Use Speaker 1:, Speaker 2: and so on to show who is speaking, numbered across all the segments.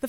Speaker 1: The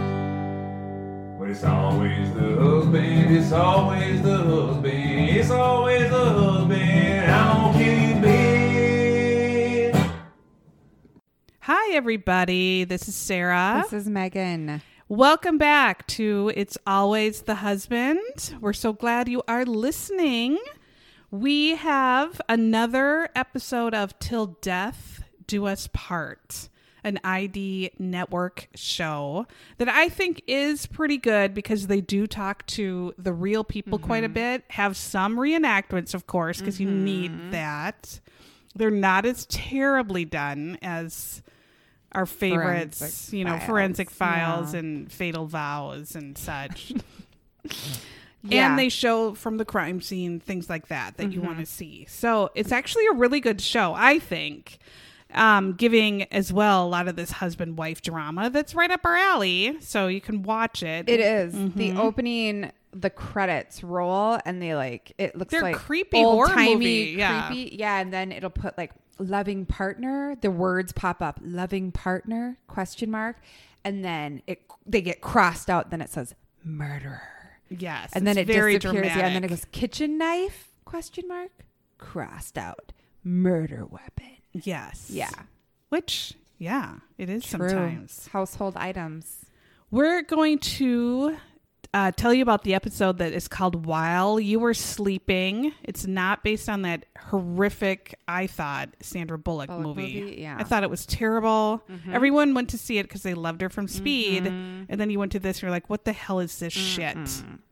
Speaker 2: It's always the husband, it's always the husband, it's always the husband. How can it be?
Speaker 1: Hi, everybody. This is Sarah.
Speaker 3: This is Megan.
Speaker 1: Welcome back to It's Always the Husband. We're so glad you are listening. We have another episode of Till Death Do Us Part, an ID network show that I think is pretty good because they do talk to the real people quite a
Speaker 3: Mm-hmm.
Speaker 1: bit, have some reenactments, of course, because you need that. They're not as terribly done as our favorites,
Speaker 3: Forensic
Speaker 1: you know,
Speaker 3: Files.
Speaker 1: forensic files
Speaker 3: Yeah.
Speaker 1: and fatal vows and such.
Speaker 3: Yeah.
Speaker 1: And they show from the crime scene things like that that you want
Speaker 3: Mm-hmm.
Speaker 1: to see. So it's actually a really good show, I think. Um, giving as well a lot of this husband wife drama that's right up our alley. So you can watch it.
Speaker 3: It is. the
Speaker 1: Mm-hmm.
Speaker 3: opening, the credits roll, and they like it looks
Speaker 1: They're
Speaker 3: like
Speaker 1: creepy horror
Speaker 3: old-timey,
Speaker 1: movie, yeah.
Speaker 3: creepy, yeah. And then it'll put like loving partner. The words pop up, loving partner question mark, and then it they get crossed out. Then it says murderer,
Speaker 1: Yes.
Speaker 3: and then
Speaker 1: it's
Speaker 3: it
Speaker 1: very
Speaker 3: disappears. Yeah, and then it
Speaker 1: dramatic.
Speaker 3: goes kitchen knife question mark crossed out murder weapon.
Speaker 1: Yes.
Speaker 3: Yeah,
Speaker 1: Which, yeah, it is
Speaker 3: true.
Speaker 1: sometimes.
Speaker 3: household items.
Speaker 1: We're going to uh, tell you about the episode that is called While You Were Sleeping. It's not based on that horrific, I thought, Sandra Bullock,
Speaker 3: Bullock
Speaker 1: movie.
Speaker 3: movie, yeah. Mm-hmm.
Speaker 1: I thought it was terrible. Everyone went to see it because they loved her from Speed. And then you went to this and you're like, what the hell is this shit?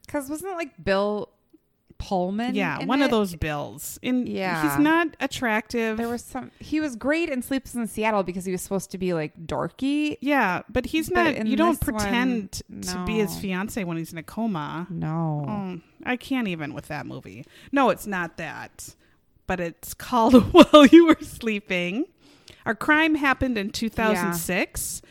Speaker 3: Because wasn't it like Bill Pullman?
Speaker 1: Yeah,
Speaker 3: in
Speaker 1: one of
Speaker 3: it?
Speaker 1: those bills. And
Speaker 3: Yeah.
Speaker 1: he's not attractive.
Speaker 3: There was some. He was great in Sleeps in Seattle because he was supposed to be like dorky.
Speaker 1: yeah, but he's
Speaker 3: But
Speaker 1: not.
Speaker 3: in
Speaker 1: you don't
Speaker 3: this one,
Speaker 1: pretend to be his
Speaker 3: no.
Speaker 1: fiance when he's in a coma.
Speaker 3: No.
Speaker 1: Mm, I can't even with that movie. No, it's not that. But it's called While You Were Sleeping. Our crime happened in 2006.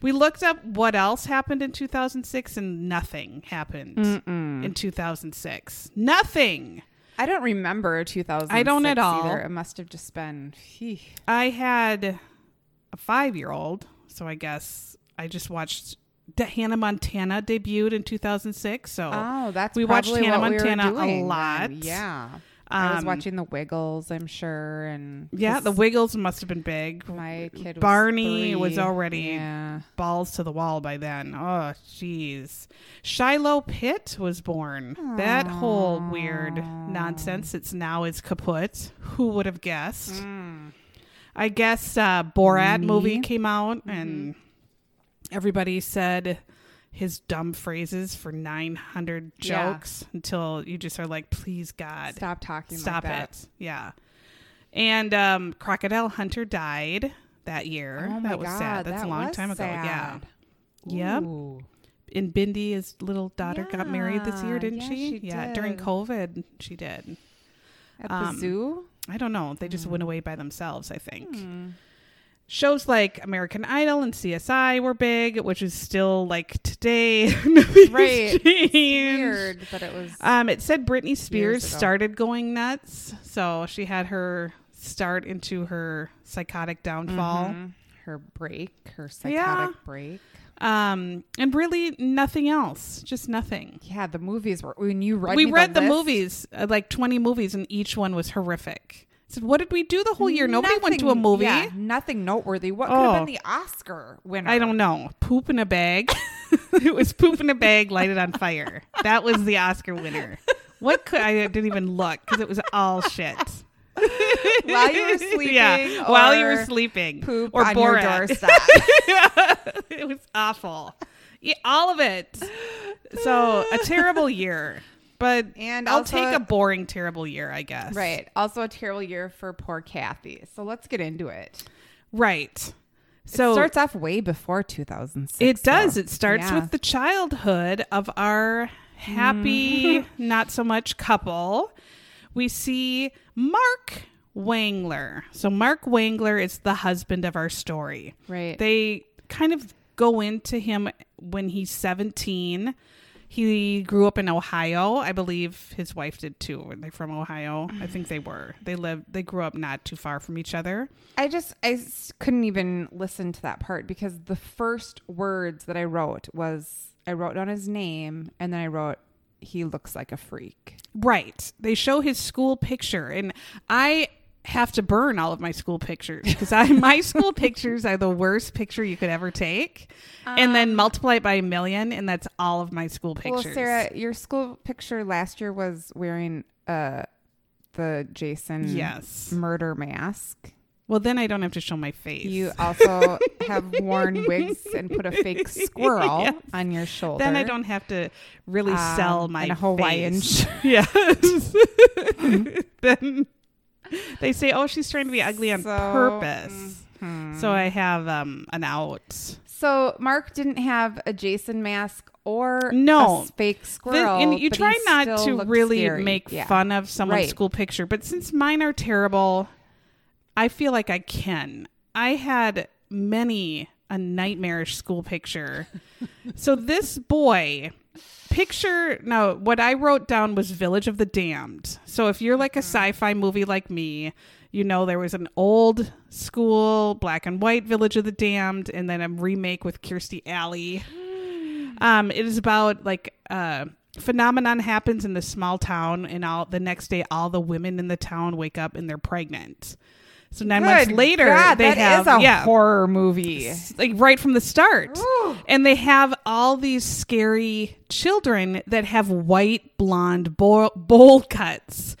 Speaker 1: We looked up what else happened in 2006 and nothing happened
Speaker 3: Mm.
Speaker 1: in 2006. Nothing.
Speaker 3: I don't remember 2000.
Speaker 1: I don't at all.
Speaker 3: Either. It must have just been. phew.
Speaker 1: I had a five year old, so I guess I just watched the Hannah Montana debuted in 2006. So
Speaker 3: Oh, that's
Speaker 1: we watched
Speaker 3: probably
Speaker 1: Hannah
Speaker 3: what we were
Speaker 1: Montana
Speaker 3: doing
Speaker 1: a
Speaker 3: then.
Speaker 1: lot.
Speaker 3: Yeah. I was
Speaker 1: Um,
Speaker 3: watching The Wiggles, I'm sure, and
Speaker 1: Yeah,
Speaker 3: 'cause
Speaker 1: the Wiggles must have been big.
Speaker 3: my kid was
Speaker 1: Barney
Speaker 3: three.
Speaker 1: was already
Speaker 3: Yeah.
Speaker 1: balls to the wall by then. Oh, jeez. Shiloh Pitt was born. That whole weird nonsense. It's now is kaput. Who would have guessed? Mm. I guess uh, Borat movie came out and everybody said his dumb phrases for 900
Speaker 3: Yeah.
Speaker 1: jokes until you just are like, please, God,
Speaker 3: Stop talking.
Speaker 1: Stop
Speaker 3: like that.
Speaker 1: it. Yeah. And um, Crocodile Hunter died that year.
Speaker 3: Oh my
Speaker 1: that was
Speaker 3: God,
Speaker 1: sad. That's
Speaker 3: that
Speaker 1: a long
Speaker 3: was
Speaker 1: time ago. Yeah.
Speaker 3: sad.
Speaker 1: Yep.
Speaker 3: Ooh.
Speaker 1: And Bindi, his little daughter, got married this year,
Speaker 3: Yeah,
Speaker 1: didn't
Speaker 3: yeah,
Speaker 1: she?
Speaker 3: she
Speaker 1: yeah. During
Speaker 3: did.
Speaker 1: COVID, she did.
Speaker 3: At the
Speaker 1: Um,
Speaker 3: zoo.
Speaker 1: I don't know. They just
Speaker 3: Mm.
Speaker 1: went away by themselves, I think.
Speaker 3: Hmm.
Speaker 1: Shows like American Idol and CSI were big, which is still like today. nothing's
Speaker 3: Right.
Speaker 1: changed.
Speaker 3: Weird, but it was.
Speaker 1: Um, it said Britney Spears
Speaker 3: ago.
Speaker 1: started going nuts, so she had her start into her psychotic downfall.
Speaker 3: mm, her break, her psychotic
Speaker 1: Yeah.
Speaker 3: break.
Speaker 1: Um, and really nothing else, just nothing.
Speaker 3: Yeah, the movies were when you read.
Speaker 1: we
Speaker 3: me
Speaker 1: read the,
Speaker 3: list,
Speaker 1: movies, uh, like twenty movies, and each one was horrific. I said, what did we do the whole year? Nobody went to a
Speaker 3: nothing-
Speaker 1: movie.
Speaker 3: yeah, nothing noteworthy. What could have
Speaker 1: Oh.
Speaker 3: been the Oscar winner?
Speaker 1: I don't know. Poop in a bag. it was poop in a bag lighted on fire. That was the Oscar winner. What could I didn't even look because it was all shit.
Speaker 3: While you were sleeping,
Speaker 1: yeah, while you
Speaker 3: or
Speaker 1: were sleeping,
Speaker 3: poop
Speaker 1: or
Speaker 3: on
Speaker 1: Borat.
Speaker 3: your doorstep.
Speaker 1: it was awful, yeah, all of it. So a terrible year, but
Speaker 3: And
Speaker 1: I'll
Speaker 3: also-
Speaker 1: take a boring, terrible year, I guess.
Speaker 3: right. Also, a terrible year for poor Kathy. So let's get into it.
Speaker 1: right. So
Speaker 3: it starts off way before 2006.
Speaker 1: It does.
Speaker 3: though.
Speaker 1: It starts
Speaker 3: Yeah.
Speaker 1: with the
Speaker 3: Mm-hmm.
Speaker 1: childhood of our happy, not so much couple. we see Mark Wangler. So Mark Wangler is the husband of our story.
Speaker 3: Right.
Speaker 1: They kind of go into him when he's 17. He grew up in Ohio. I believe his wife did too. Were they from Ohio? I think they were. They lived they grew up not too far from each other.
Speaker 3: I just I s- couldn't even listen to that part because the first words that I wrote was I wrote down his name and then I wrote he looks like a freak.
Speaker 1: Right. They show his school picture, and I have to burn all of my school pictures because I my school pictures are the worst picture you could ever take, and then multiply it by a million, and that's all of my school pictures.
Speaker 3: Um, Well, Sarah, your school picture last year was wearing uh the Jason
Speaker 1: Yes.
Speaker 3: murder mask.
Speaker 1: Well, then I don't have to show my face.
Speaker 3: You also have worn wigs and put a fake squirrel
Speaker 1: Yes.
Speaker 3: on your shoulder.
Speaker 1: then I don't have to really
Speaker 3: Um,
Speaker 1: sell my
Speaker 3: and a Hawaiian
Speaker 1: face.
Speaker 3: shirt. Mm-hmm.
Speaker 1: Yes. then they say, "Oh, she's trying to be ugly on
Speaker 3: So, mm-hmm.
Speaker 1: purpose." So I have um, an out.
Speaker 3: Hmm. So Mark didn't have a Jason mask or
Speaker 1: No.
Speaker 3: a fake
Speaker 1: The-
Speaker 3: squirrel.
Speaker 1: and you
Speaker 3: but he
Speaker 1: try not
Speaker 3: still
Speaker 1: to
Speaker 3: looked
Speaker 1: really
Speaker 3: scary.
Speaker 1: make
Speaker 3: Yeah.
Speaker 1: fun of someone's
Speaker 3: Right.
Speaker 1: school picture, but since mine are terrible, I feel like I can. I had many a nightmarish school picture. so this boy picture no what i wrote down was village of the damned so if you're like a
Speaker 3: Mm-hmm.
Speaker 1: sci-fi movie like me you know there was an old school black and white village of the damned and then a remake with kirstie alley
Speaker 3: Mm.
Speaker 1: um, it is about like uh, phenomenon happens in the small town, and all the next day, all the women in the town wake up and they're pregnant. So nine months
Speaker 3: Good
Speaker 1: later,
Speaker 3: God,
Speaker 1: they
Speaker 3: that
Speaker 1: have
Speaker 3: is a
Speaker 1: yeah,
Speaker 3: horror movie.
Speaker 1: like right from the start,
Speaker 3: Ooh.
Speaker 1: and they have all these scary children that have white blonde bowl, bowl cuts.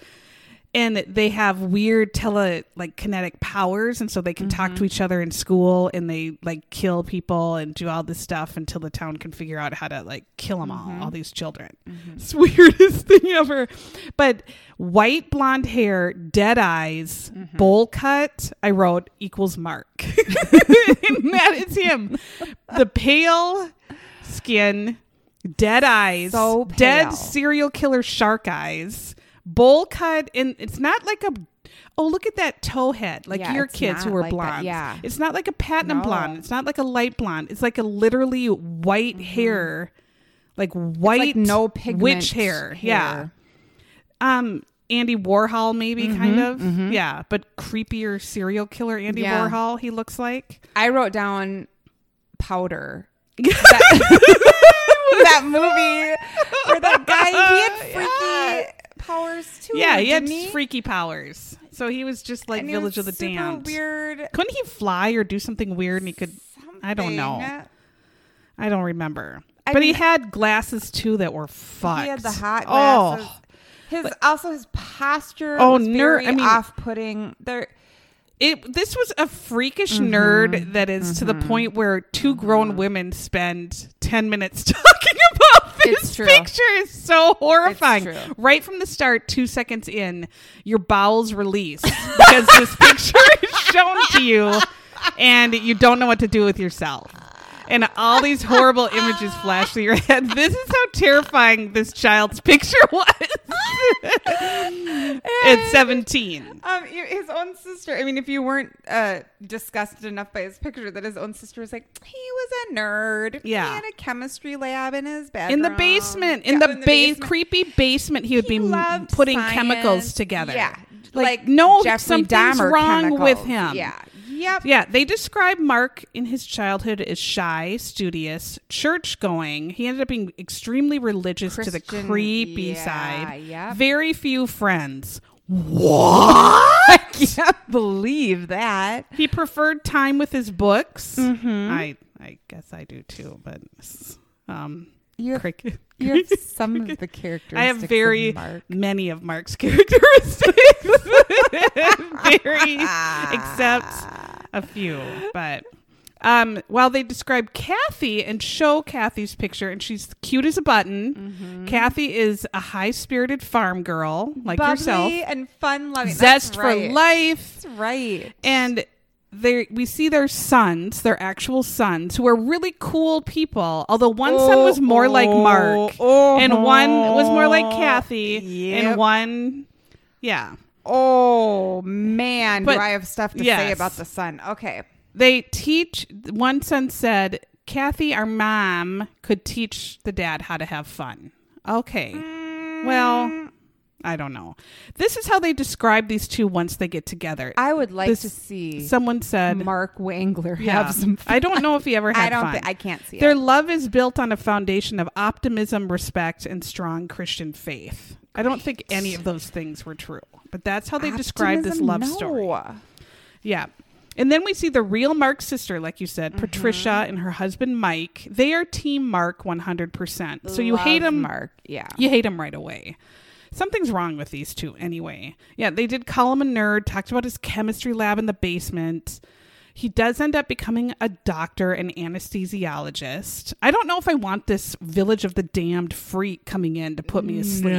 Speaker 1: And they have weird tele like kinetic powers, and so they can talk to each other in school, and they like kill people and do all this stuff until the town can figure out how to like kill them all, all these children. It's the weirdest thing ever. But white blonde hair, dead eyes, bowl cut. I wrote equals Mark. and that is him. The pale skin, dead eyes,
Speaker 3: So
Speaker 1: dead
Speaker 3: pale.
Speaker 1: serial killer shark eyes, bowl cut, and it's not like a. Oh, look at that toe head! Like
Speaker 3: Yeah,
Speaker 1: your
Speaker 3: it's
Speaker 1: kids who
Speaker 3: not
Speaker 1: were
Speaker 3: like that.
Speaker 1: blonde.
Speaker 3: Yeah.
Speaker 1: it's not like a platinum
Speaker 3: No.
Speaker 1: blonde. It's not like a light blonde. It's like a literally white hair, like white
Speaker 3: Mm-hmm. Like no pigment
Speaker 1: witch hair. Yeah, um, Andy Warhol maybe
Speaker 3: Mm-hmm,
Speaker 1: kind of yeah, but creepier serial killer Andy
Speaker 3: Yeah.
Speaker 1: Warhol. He looks like
Speaker 3: I wrote down powder. that, that movie where that guy he had freaky powers too.
Speaker 1: yeah, he had
Speaker 3: didn't he?
Speaker 1: freaky powers. So he was just like
Speaker 3: And he
Speaker 1: Village
Speaker 3: was
Speaker 1: of the
Speaker 3: super
Speaker 1: Damned.
Speaker 3: Weird.
Speaker 1: Couldn't he fly or do something weird? And he could. I don't know.
Speaker 3: something.
Speaker 1: I don't remember.
Speaker 3: I
Speaker 1: but he
Speaker 3: mean-
Speaker 1: had glasses too that were fucked.
Speaker 3: He had the hot glasses.
Speaker 1: Oh,
Speaker 3: His also his posture.
Speaker 1: Oh,
Speaker 3: Oh, was
Speaker 1: ner-
Speaker 3: very
Speaker 1: I mean-
Speaker 3: off-putting. There,
Speaker 1: it. This was a freakish
Speaker 3: Mm-hmm.
Speaker 1: nerd that is to the point where two grown women spend ten minutes talking about
Speaker 3: It's
Speaker 1: this
Speaker 3: true.
Speaker 1: picture. Is so horrifying.
Speaker 3: It's true.
Speaker 1: Right from the start, two seconds in, your bowels release because this picture is shown to you, and you don't know what to do with yourself. And all these horrible images flash through your head. This is how terrifying this child's picture was. It's 17.
Speaker 3: um, y- his own sister. I mean, if you weren't uh, disgusted enough by his picture, that his own sister was like, he was a nerd.
Speaker 1: Yeah.
Speaker 3: he had a chemistry lab in his bedroom.
Speaker 1: In the basement, in
Speaker 3: Yeah,
Speaker 1: the, ba-
Speaker 3: basement.
Speaker 1: creepy basement, he would
Speaker 3: He
Speaker 1: be m-
Speaker 3: loved
Speaker 1: putting
Speaker 3: science.
Speaker 1: chemicals together.
Speaker 3: Yeah,
Speaker 1: like, no,
Speaker 3: Jeffrey
Speaker 1: something's
Speaker 3: Dahmer
Speaker 1: wrong
Speaker 3: chemicals.
Speaker 1: with him.
Speaker 3: Yeah, yep.
Speaker 1: Yeah, they describe Mark in his childhood as shy, studious, church going. He ended up being extremely religious to the
Speaker 3: Christian-
Speaker 1: creepy
Speaker 3: yeah,
Speaker 1: side.
Speaker 3: yep.
Speaker 1: Very few friends. What?
Speaker 3: Can't believe that.
Speaker 1: he preferred time with his books.
Speaker 3: Mm-hmm.
Speaker 1: I I guess I do too, but um,
Speaker 3: You have,
Speaker 1: cricket.
Speaker 3: you have some of the characteristics.
Speaker 1: I have very
Speaker 3: of Mark.
Speaker 1: many of Mark's characteristics. very, except a few. But um, while they describe Kathy and show Kathy's picture, and she's cute as a button,
Speaker 3: Mm-hmm.
Speaker 1: Kathy is a high spirited farm girl like
Speaker 3: bubbly
Speaker 1: yourself,
Speaker 3: and fun loving.
Speaker 1: zest for life.
Speaker 3: That's right.
Speaker 1: and they we see their sons, their actual sons, who are really cool people. Although one son was more like Mark,
Speaker 3: Oh, oh,
Speaker 1: and one was more like Kathy,
Speaker 3: yep.
Speaker 1: and one Yeah.
Speaker 3: Oh man,
Speaker 1: But-
Speaker 3: do I have stuff to say
Speaker 1: yes.
Speaker 3: about the son? Okay.
Speaker 1: They teach, one son said, Kathy, our mom, could teach the dad how to have fun. Okay. Well, I don't know. This is how they describe these two once they get together.
Speaker 3: I would like
Speaker 1: This-
Speaker 3: to see
Speaker 1: Someone said,
Speaker 3: Mark Wangler
Speaker 1: Yeah.
Speaker 3: have some fun.
Speaker 1: I don't know if he ever had
Speaker 3: I don't
Speaker 1: fun.
Speaker 3: think I can't see
Speaker 1: Their
Speaker 3: it.
Speaker 1: love is built on a foundation of optimism, respect, and strong Christian faith. I don't think any of those things were true, but that's how they describe this
Speaker 3: Optimism?
Speaker 1: love story.
Speaker 3: No.
Speaker 1: Yeah. And then we see the real Mark's sister, like you said,
Speaker 3: Mm-hmm.
Speaker 1: Patricia and her husband Mike. They are team Mark 100%. So you hate
Speaker 3: Love
Speaker 1: him,
Speaker 3: Mark. Yeah.
Speaker 1: you hate him right away. Something's wrong with these two anyway. Yeah, they did call him a nerd, talked about his chemistry lab in the basement. He does end up becoming a doctor and anesthesiologist. I don't know if I want this village of the damned freak coming in to put me asleep.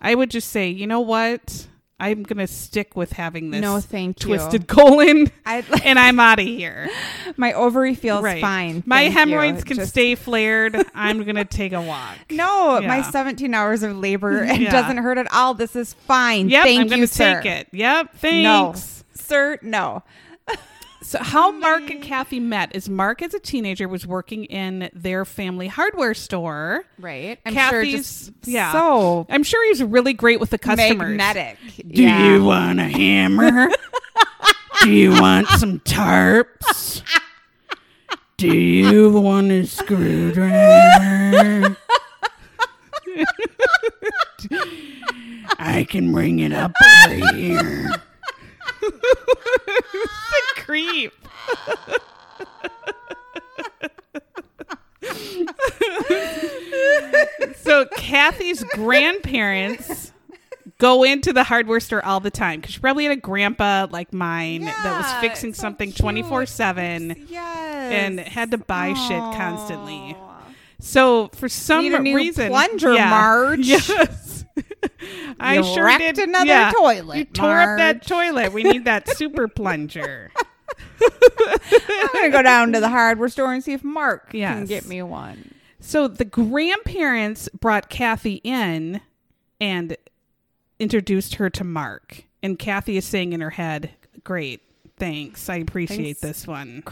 Speaker 1: I would just say, you know what? I'm going to stick with having this
Speaker 3: No, thank you.
Speaker 1: twisted colon
Speaker 3: I
Speaker 1: and I'm out of here.
Speaker 3: my ovary feels
Speaker 1: Right.
Speaker 3: fine.
Speaker 1: My
Speaker 3: Thank you.
Speaker 1: hemorrhoids can
Speaker 3: Just-
Speaker 1: stay flared. I'm going to take a walk.
Speaker 3: No, my
Speaker 1: Yeah.
Speaker 3: 17 hours of labor it
Speaker 1: Yeah.
Speaker 3: doesn't hurt at all. This is fine.
Speaker 1: Yep,
Speaker 3: Thank
Speaker 1: I'm going
Speaker 3: you,
Speaker 1: to take
Speaker 3: sir.
Speaker 1: it. Yep, thanks.
Speaker 3: No, sir, no.
Speaker 1: So, how Mark and Kathy met is Mark, as a teenager, was working in their family hardware store.
Speaker 3: Right. I'm
Speaker 1: Kathy's,
Speaker 3: sure just
Speaker 1: yeah.
Speaker 3: so
Speaker 1: I'm sure he's really great with the customers.
Speaker 3: magnetic.
Speaker 4: Do
Speaker 3: yeah.
Speaker 4: you want a hammer? Do you want some tarps? Do you want a screwdriver? I can bring it up over here.
Speaker 1: Creep. so Kathy's grandparents go into the hardware store all the time because she probably had a grandpa like mine that was
Speaker 3: Yeah,
Speaker 1: fixing
Speaker 3: it's so
Speaker 1: something
Speaker 3: cute.
Speaker 1: 24 7
Speaker 3: Yes.
Speaker 1: and had to buy
Speaker 3: Aw.
Speaker 1: shit constantly. So for some
Speaker 3: Need a new
Speaker 1: reason,
Speaker 3: plunger,
Speaker 1: Yeah.
Speaker 3: Marge.
Speaker 1: Yes, I
Speaker 3: You
Speaker 1: sure
Speaker 3: wrecked
Speaker 1: did.
Speaker 3: another toilet,
Speaker 1: You tore up that
Speaker 3: Marge.
Speaker 1: toilet. We need that super plunger.
Speaker 3: I'm gonna go down to the hardware store and see if Mark can
Speaker 1: Yes.
Speaker 3: get me one.
Speaker 1: So the grandparents brought Kathy in and introduced her to Mark. And Kathy is saying in her head, Great, thanks. I appreciate
Speaker 3: Thanks,
Speaker 1: this one.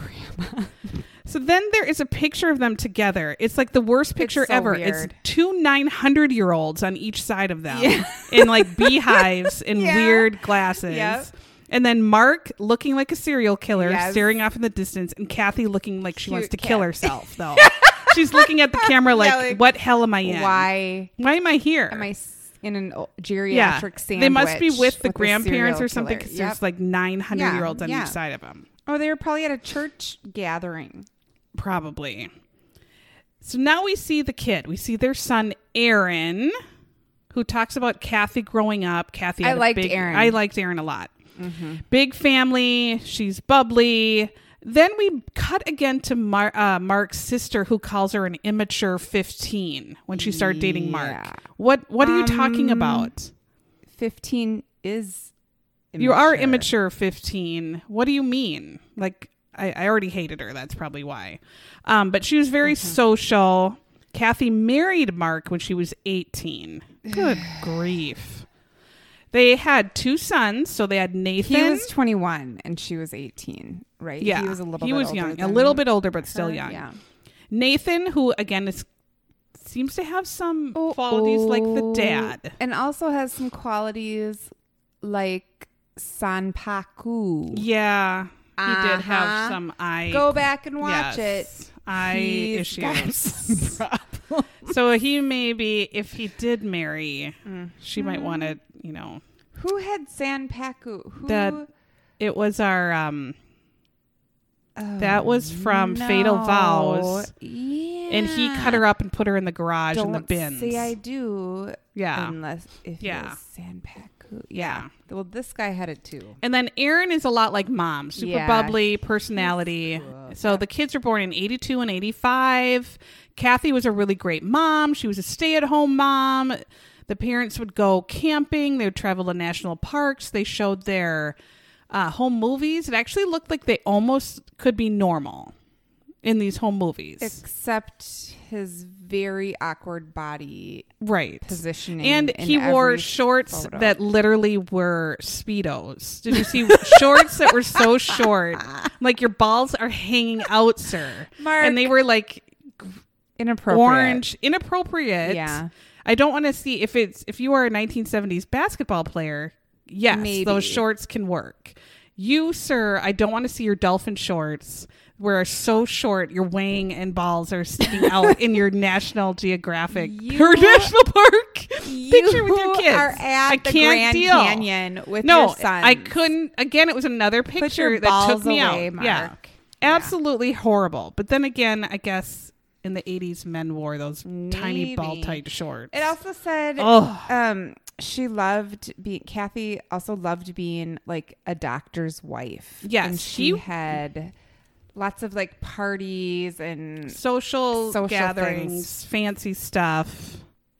Speaker 1: so then there is a picture of them together. It's like the worst picture
Speaker 3: so
Speaker 1: ever. It's
Speaker 3: weird.
Speaker 1: two 900 year olds on each side of them in like beehives and
Speaker 3: Yeah.
Speaker 1: weird glasses.
Speaker 3: Yep.
Speaker 1: And then Mark looking like a serial killer,
Speaker 3: Yes.
Speaker 1: staring off in the distance, and Kathy looking like she wants to
Speaker 3: Cute
Speaker 1: kill
Speaker 3: cat.
Speaker 1: herself, though. She's looking at the camera like,
Speaker 3: like,
Speaker 1: what hell am I in?
Speaker 3: Why
Speaker 1: Why am I here?
Speaker 3: am I s- in an o- geriatric
Speaker 1: yeah.
Speaker 3: sandwich?
Speaker 1: They must be with the
Speaker 3: a
Speaker 1: grandparents
Speaker 3: serial
Speaker 1: or something
Speaker 3: killer?
Speaker 1: because
Speaker 3: Yep.
Speaker 1: there's like 900
Speaker 3: Yeah,
Speaker 1: year olds on
Speaker 3: yeah.
Speaker 1: each side of them.
Speaker 3: oh, they were probably at a church gathering.
Speaker 1: Probably. So now we see the kid. We see their son, Aaron, who talks about Kathy growing up. Kathy,
Speaker 3: I
Speaker 1: had a
Speaker 3: liked
Speaker 1: big-
Speaker 3: Aaron. Mm-hmm.
Speaker 1: I liked Aaron a lot. Big family. She's bubbly. Then we cut again to Mar- uh, Mark's sister, who calls her an immature fifteen when she started dating
Speaker 3: Yeah. Um,
Speaker 1: Mark. What What are you talking about?
Speaker 3: Fifteen is
Speaker 1: You are
Speaker 3: immature.
Speaker 1: immature 15. What do you mean? Like, I, I already hated her. That's probably why. Um, but she was very
Speaker 3: Mm-hmm.
Speaker 1: social. Kathy married Mark when she was 18. Good grief. They had two sons. So they had Nathan.
Speaker 3: He was 21 and she was 18, right?
Speaker 1: yeah.
Speaker 3: He was a little
Speaker 1: He
Speaker 3: bit
Speaker 1: was
Speaker 3: older
Speaker 1: young. A
Speaker 3: than
Speaker 1: little bit older, but still
Speaker 3: her.
Speaker 1: young.
Speaker 3: Yeah.
Speaker 1: Nathan, who again is seems to have some
Speaker 3: Oh,
Speaker 1: qualities like the dad.
Speaker 3: And also has some qualities like Sanpaku.
Speaker 1: Yeah. He did
Speaker 3: Uh-huh.
Speaker 1: have some eye.
Speaker 3: Go back and watch
Speaker 1: Yes.
Speaker 3: it.
Speaker 1: Eye
Speaker 3: He's
Speaker 1: issues.
Speaker 3: got some problems.
Speaker 1: So he maybe, if he did marry, she
Speaker 3: Mm-hmm.
Speaker 1: might want to, you know,
Speaker 3: Who had Sanpaku? Who
Speaker 1: that it was our um that was from Fatal
Speaker 3: Oh, No.
Speaker 1: Vows,
Speaker 3: Yeah.
Speaker 1: and he cut her up and put her in the garage
Speaker 3: Don't
Speaker 1: in the bins.
Speaker 3: say I do.
Speaker 1: yeah.
Speaker 3: Unless if
Speaker 1: Yeah.
Speaker 3: yeah. Sanpaku.
Speaker 1: Yeah.
Speaker 3: Yeah. Well, this guy had it too.
Speaker 1: and then Aaron is a lot like mom, super
Speaker 3: Yeah,
Speaker 1: bubbly personality. So the kids were born in 82 and 85. Kathy was a really great mom. She was a stay-at-home mom. The parents would go camping, they would travel to national parks, they showed their uh, home movies. It actually looked like they almost could be normal in these home movies.
Speaker 3: Except his very awkward body
Speaker 1: right
Speaker 3: positioning.
Speaker 1: and
Speaker 3: in
Speaker 1: he wore
Speaker 3: every
Speaker 1: shorts
Speaker 3: photo.
Speaker 1: that literally were speedos did you see shorts that were so short like your balls are hanging out sir
Speaker 3: Mark.
Speaker 1: and they were like
Speaker 3: inappropriate.
Speaker 1: orange inappropriate
Speaker 3: Yeah.
Speaker 1: i don't want to see if it's if you are a 1970s basketball player yes
Speaker 3: Maybe.
Speaker 1: those shorts can work you sir i don't want to see your dolphin shorts where are so short your wang and balls are sticking out in your national geographic
Speaker 3: You-
Speaker 1: or national park picture with your
Speaker 3: You
Speaker 1: kids
Speaker 3: are at
Speaker 1: i
Speaker 3: the
Speaker 1: can't
Speaker 3: Grand
Speaker 1: deal
Speaker 3: Canyon with
Speaker 1: no
Speaker 3: your sons.
Speaker 1: i couldn't again it was another picture
Speaker 3: your
Speaker 1: that took
Speaker 3: balls
Speaker 1: me
Speaker 3: away,
Speaker 1: out yeah
Speaker 3: Mark.
Speaker 1: absolutely horrible but then again i guess in the 80s men wore those tiny ball
Speaker 3: Maybe.
Speaker 1: tight shorts
Speaker 3: It also said
Speaker 1: Ugh.
Speaker 3: um she loved being Kathy also loved being like a doctor's wife.
Speaker 1: Yes,
Speaker 3: And she
Speaker 1: she-
Speaker 3: had lots of like parties and
Speaker 1: social,
Speaker 3: Social
Speaker 1: gatherings
Speaker 3: things.
Speaker 1: fancy stuff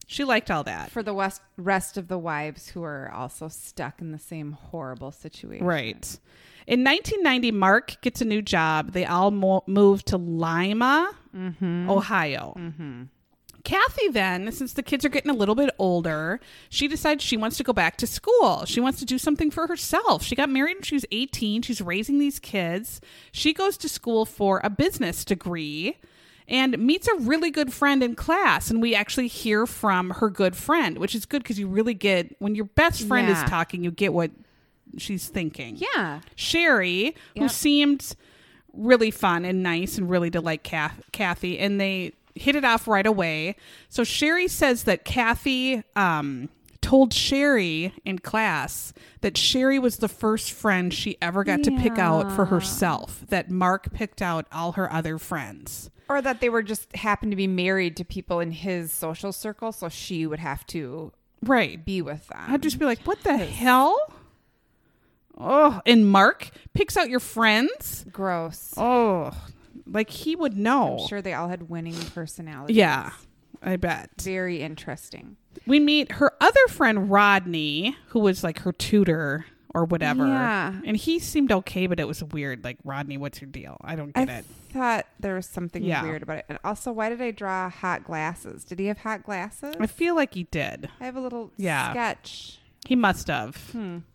Speaker 1: she liked all that
Speaker 3: for the west, rest of the wives who are also stuck in the same horrible situation.
Speaker 1: Right. In 1990, Mark gets a new job. They all mo- move to Lima,
Speaker 3: Mm-hmm.
Speaker 1: Ohio. Kathy, then, since the kids are getting a little bit older, she decides she wants to go back to school. She wants to do something for herself. She got married when she was 18. She's raising these kids. She goes to school for a business degree and meets a really good friend in class. And we actually hear from her good friend, which is good because you really get, when your best friend
Speaker 3: Yeah.
Speaker 1: is talking, you get what she's thinking.
Speaker 3: Yeah.
Speaker 1: Sherry, who
Speaker 3: Yep.
Speaker 1: seemed really fun and nice and really to like Kath- Kathy, and they hit it off right away. So Sherry says that Kathy um, told Sherry in class that Sherry was the first friend she ever got to pick out for herself, that Mark picked out all her other friends.
Speaker 3: Or that they were just happened to be married to people in his social circle, so she would have to
Speaker 1: Right.
Speaker 3: be with them.
Speaker 1: I'd just be like, what the hell? Oh, and Mark picks out your friends?
Speaker 3: gross.
Speaker 1: Oh, like he would know.
Speaker 3: I'm sure they all had winning personalities.
Speaker 1: Yeah, I bet.
Speaker 3: Very interesting.
Speaker 1: We meet her other friend, Rodney, who was like her tutor or whatever.
Speaker 3: Yeah.
Speaker 1: And he seemed okay, but it was weird. Like, Rodney, what's your deal? I don't
Speaker 3: I
Speaker 1: get it.
Speaker 3: thought there was something
Speaker 1: Yeah.
Speaker 3: weird about it. And also, why did I draw hot glasses? Did he have hot glasses?
Speaker 1: I feel like he did.
Speaker 3: I have a little
Speaker 1: Yeah.
Speaker 3: sketch.
Speaker 1: He must have.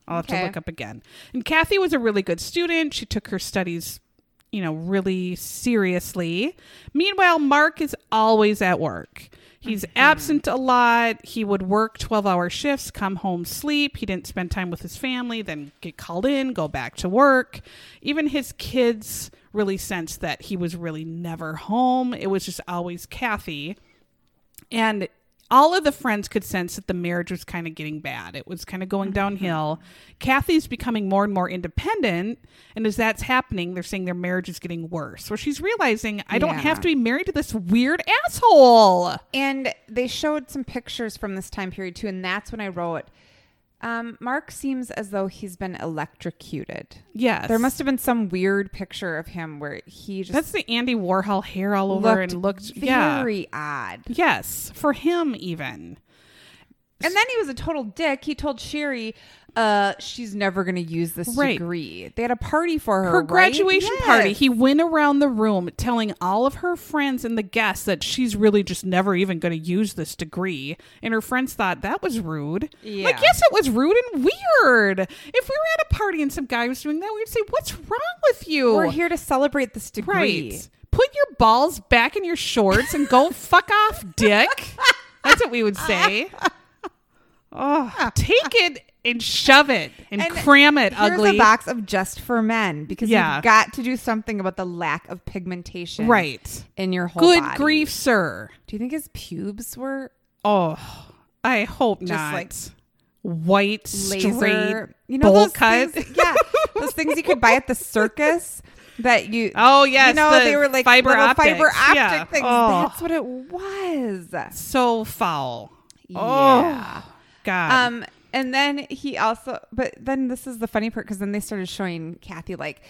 Speaker 1: I'll have
Speaker 3: okay.
Speaker 1: to look up again. And Kathy was a really good student. She took her studies, you know, really seriously. Meanwhile, Mark is always at work. He's absent a lot. He would work 12 hour shifts, come home, sleep. He didn't spend time with his family, then get called in, go back to work. Even his kids really sensed that he was really never home. It was just always Kathy. And all of the friends could sense that the marriage was kind of getting bad. It was kind of
Speaker 3: Mm-hmm.
Speaker 1: going downhill. Kathy's becoming more and more independent. And as that's happening, they're saying their marriage is getting worse, where she's realizing, I don't
Speaker 3: Yeah.
Speaker 1: have to be married to this weird asshole.
Speaker 3: And they showed some pictures from this time period, too. And that's when I wrote um, Mark seems as though he's been electrocuted.
Speaker 1: Yes.
Speaker 3: There must have been some weird picture of him where he just
Speaker 1: That's the Andy Warhol hair all over
Speaker 3: looked,
Speaker 1: and looked. Yeah.
Speaker 3: very odd.
Speaker 1: Yes. For him, even.
Speaker 3: And then he was a total dick. He told Sherry, uh, she's never going to use this
Speaker 1: Right.
Speaker 3: degree. They had a party for her.
Speaker 1: her
Speaker 3: right?
Speaker 1: graduation party
Speaker 3: Yes.
Speaker 1: he went around the room telling all of her friends and the guests that she's really just never even going to use this degree and her friends thought that was rude
Speaker 3: Yeah.
Speaker 1: like yes it was rude and weird if we were at a party and some guy was doing that we'd say what's wrong with you
Speaker 3: We're here to celebrate this degree.
Speaker 1: right put your balls back in your shorts and go fuck off dick that's what we would say oh take it and shove it and,
Speaker 3: And
Speaker 1: cram it
Speaker 3: Here's
Speaker 1: ugly
Speaker 3: a box of just for men because
Speaker 1: Yeah.
Speaker 3: you've got to do something about the lack of pigmentation,
Speaker 1: right
Speaker 3: in your whole
Speaker 1: good
Speaker 3: body.
Speaker 1: grief sir
Speaker 3: Do you think his pubes were
Speaker 1: Oh, I hope
Speaker 3: Just
Speaker 1: not.
Speaker 3: like
Speaker 1: white
Speaker 3: laser?
Speaker 1: straight
Speaker 3: you know,
Speaker 1: bowl
Speaker 3: those
Speaker 1: cut.
Speaker 3: Things, yeah, those things you could buy at the circus that you.
Speaker 1: Oh, yes,
Speaker 3: you know
Speaker 1: the
Speaker 3: they were like
Speaker 1: fiber
Speaker 3: little fiber
Speaker 1: optics.
Speaker 3: optic
Speaker 1: Yeah.
Speaker 3: things.
Speaker 1: Oh.
Speaker 3: That's what it was.
Speaker 1: so foul.
Speaker 3: Yeah.
Speaker 1: Oh God.
Speaker 3: Um, and then he also, but then this is the funny part because then they started showing Kathy like,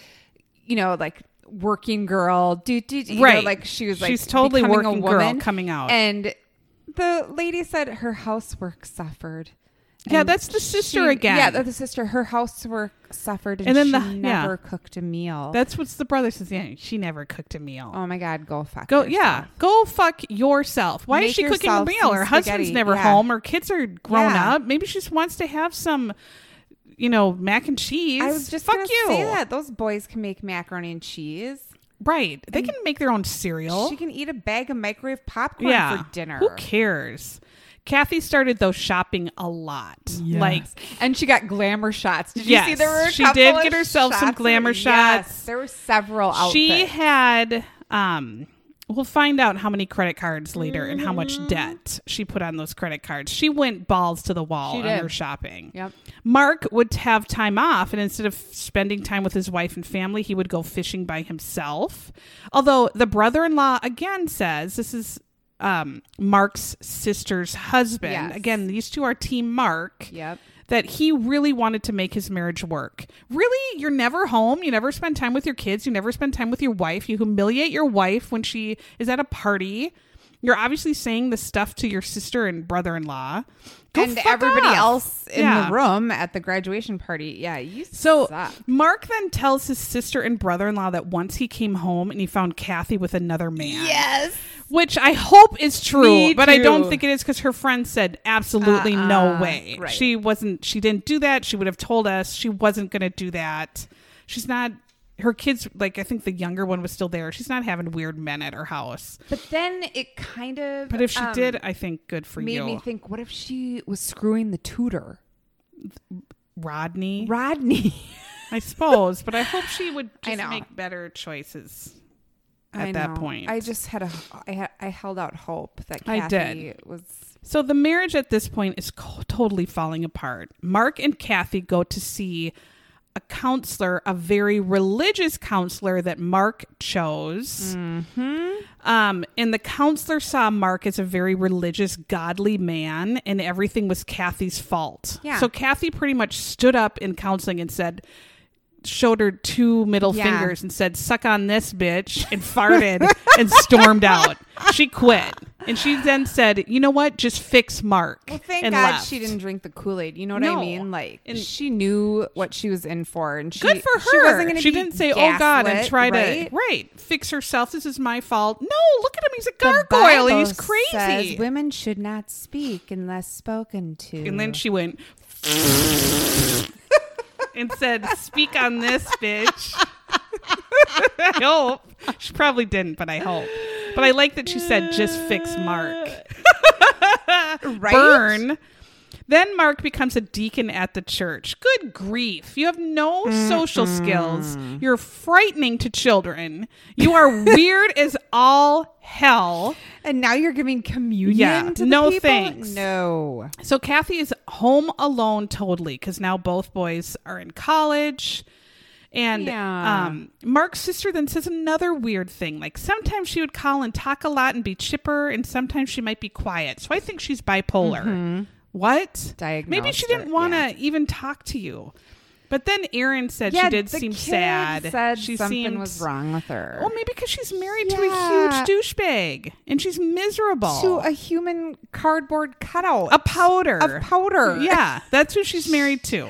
Speaker 3: you know, like working girl, do do do, you know,
Speaker 1: Right.
Speaker 3: like she was like
Speaker 1: She's totally
Speaker 3: becoming
Speaker 1: working
Speaker 3: a
Speaker 1: girl
Speaker 3: woman
Speaker 1: coming out.
Speaker 3: and the lady said her housework suffered.
Speaker 1: Yeah,
Speaker 3: And
Speaker 1: that's the sister
Speaker 3: she-
Speaker 1: again.
Speaker 3: Yeah, the, the sister. Her housework suffered, and,
Speaker 1: And then
Speaker 3: she
Speaker 1: the- yeah.
Speaker 3: never cooked a meal.
Speaker 1: that's what's the brother says. Yeah, she never cooked a meal.
Speaker 3: oh my god, go fuck.
Speaker 1: Go
Speaker 3: yourself.
Speaker 1: yeah, go fuck yourself. Why is
Speaker 3: Make
Speaker 1: she cooking a
Speaker 3: yourself
Speaker 1: meal?
Speaker 3: some
Speaker 1: Her husband's
Speaker 3: spaghetti.
Speaker 1: never
Speaker 3: Yeah.
Speaker 1: home. Her kids are grown
Speaker 3: Yeah.
Speaker 1: up. Maybe she just wants to have some, you know, mac and cheese.
Speaker 3: I was just
Speaker 1: fuck
Speaker 3: gonna
Speaker 1: you.
Speaker 3: say that those boys can make macaroni and cheese.
Speaker 1: Right? They can make their own cereal.
Speaker 3: She can eat a bag of microwave popcorn
Speaker 1: Oh. yeah.
Speaker 3: for dinner.
Speaker 1: Who cares? Kathy started though shopping a lot. Like
Speaker 3: and she got glamour shots. Did you see
Speaker 1: Yes,
Speaker 3: there were? A
Speaker 1: she
Speaker 3: couple
Speaker 1: did
Speaker 3: of
Speaker 1: get herself some
Speaker 3: shots of-
Speaker 1: glamour
Speaker 3: yes,
Speaker 1: shots.
Speaker 3: there were several outfits.
Speaker 1: she had um we'll find out how many credit cards later and how much
Speaker 3: Mm-hmm.
Speaker 1: debt she put on those credit cards. She went balls to the wall
Speaker 3: She
Speaker 1: on
Speaker 3: did.
Speaker 1: her shopping.
Speaker 3: Yep.
Speaker 1: Mark would have time off, and instead of spending time with his wife and family, he would go fishing by himself. Although the brother in law again says this is um, Mark's sister's husband.
Speaker 3: Yes.
Speaker 1: Again, these two are team Mark.
Speaker 3: Yep.
Speaker 1: That he really wanted to make his marriage work. Really? You're never home. You never spend time with your kids. You never spend time with your wife. You humiliate your wife when she is at a party. You're obviously saying this stuff to your sister and brother in law.
Speaker 3: and everybody else in
Speaker 1: Yeah.
Speaker 3: the room at the graduation party. Yeah, you
Speaker 1: So
Speaker 3: suck.
Speaker 1: Mark then tells his sister and brother in law that once he came home and he found Kathy with another man.
Speaker 3: yes,
Speaker 1: Which I hope is true,
Speaker 3: Me
Speaker 1: but I don't
Speaker 3: too.
Speaker 1: think it is because her friend said absolutely no
Speaker 3: Uh-uh,
Speaker 1: way.
Speaker 3: right.
Speaker 1: She wasn't she didn't do that. She would have told us she wasn't gonna do that. She's not her kids like I think the younger one was still there. She's not having weird men at her house.
Speaker 3: but then it kind of.
Speaker 1: But if she
Speaker 3: um,
Speaker 1: did, I think good for
Speaker 3: made
Speaker 1: you.
Speaker 3: me think. What if she was screwing the tutor,
Speaker 1: Rodney.
Speaker 3: Rodney?
Speaker 1: I suppose, but I hope she would
Speaker 3: I
Speaker 1: just
Speaker 3: know.
Speaker 1: make better choices at
Speaker 3: I
Speaker 1: that
Speaker 3: know.
Speaker 1: point.
Speaker 3: I just had a. I had, I held out hope that
Speaker 1: I
Speaker 3: Kathy
Speaker 1: did.
Speaker 3: was.
Speaker 1: So the marriage at this point is co- totally falling apart. Mark and Kathy go to see a counselor, a very religious counselor that Mark chose. Um, and the counselor saw Mark as a very religious, godly man, and everything was Kathy's fault.
Speaker 3: Yeah.
Speaker 1: So Kathy pretty much stood up in counseling and said, showed her two middle
Speaker 3: Yeah.
Speaker 1: fingers and said, suck on this bitch, and farted and stormed out. She quit. And she then said, you know what? Just fix Mark.
Speaker 3: Well, thank
Speaker 1: and
Speaker 3: God
Speaker 1: left.
Speaker 3: she didn't drink the Kool Aid. You know what
Speaker 1: No.
Speaker 3: I mean? Like
Speaker 1: And-
Speaker 3: she knew what she was in for, and she
Speaker 1: Good for her.
Speaker 3: She wasn't going to.
Speaker 1: She
Speaker 3: be
Speaker 1: didn't say, oh God, and
Speaker 3: gaslit,
Speaker 1: try
Speaker 3: right?
Speaker 1: to, right, fix herself. This is my fault. No, look at him. He's a
Speaker 3: The
Speaker 1: gargoyle. and He's
Speaker 3: Bible
Speaker 1: crazy.
Speaker 3: says women should not speak unless spoken to.
Speaker 1: And then she went and said, Speak on this, bitch. I hope. She probably didn't, but I hope. But I like that she said, Just fix Mark.
Speaker 3: right?
Speaker 1: Burn. Then Mark becomes a deacon at the church. Good grief. You have no social skills. You're frightening to children. You are weird as all hell.
Speaker 3: And now you're giving communion
Speaker 1: Yeah.
Speaker 3: to the
Speaker 1: No
Speaker 3: people?
Speaker 1: thanks.
Speaker 3: No.
Speaker 1: So Kathy is home alone totally because now both boys are in college. And
Speaker 3: Yeah.
Speaker 1: um, Mark's sister then says another weird thing. Like sometimes she would call and talk a lot and be chipper, and sometimes she might be quiet. So I think she's bipolar. What? Maybe
Speaker 3: Mm-hmm. Diagnosed
Speaker 1: she didn't
Speaker 3: it,
Speaker 1: want to even talk to you. But then Erin said she did
Speaker 3: the
Speaker 1: seem
Speaker 3: kid
Speaker 1: sad.
Speaker 3: Said
Speaker 1: she
Speaker 3: something
Speaker 1: seemed- Oh,
Speaker 3: was wrong with her.
Speaker 1: Well, maybe because she's married
Speaker 3: Yeah.
Speaker 1: to a huge douchebag and she's miserable.
Speaker 3: to a human cardboard cutout,
Speaker 1: a powder.
Speaker 3: of powder.
Speaker 1: Yeah, that's who she's married to.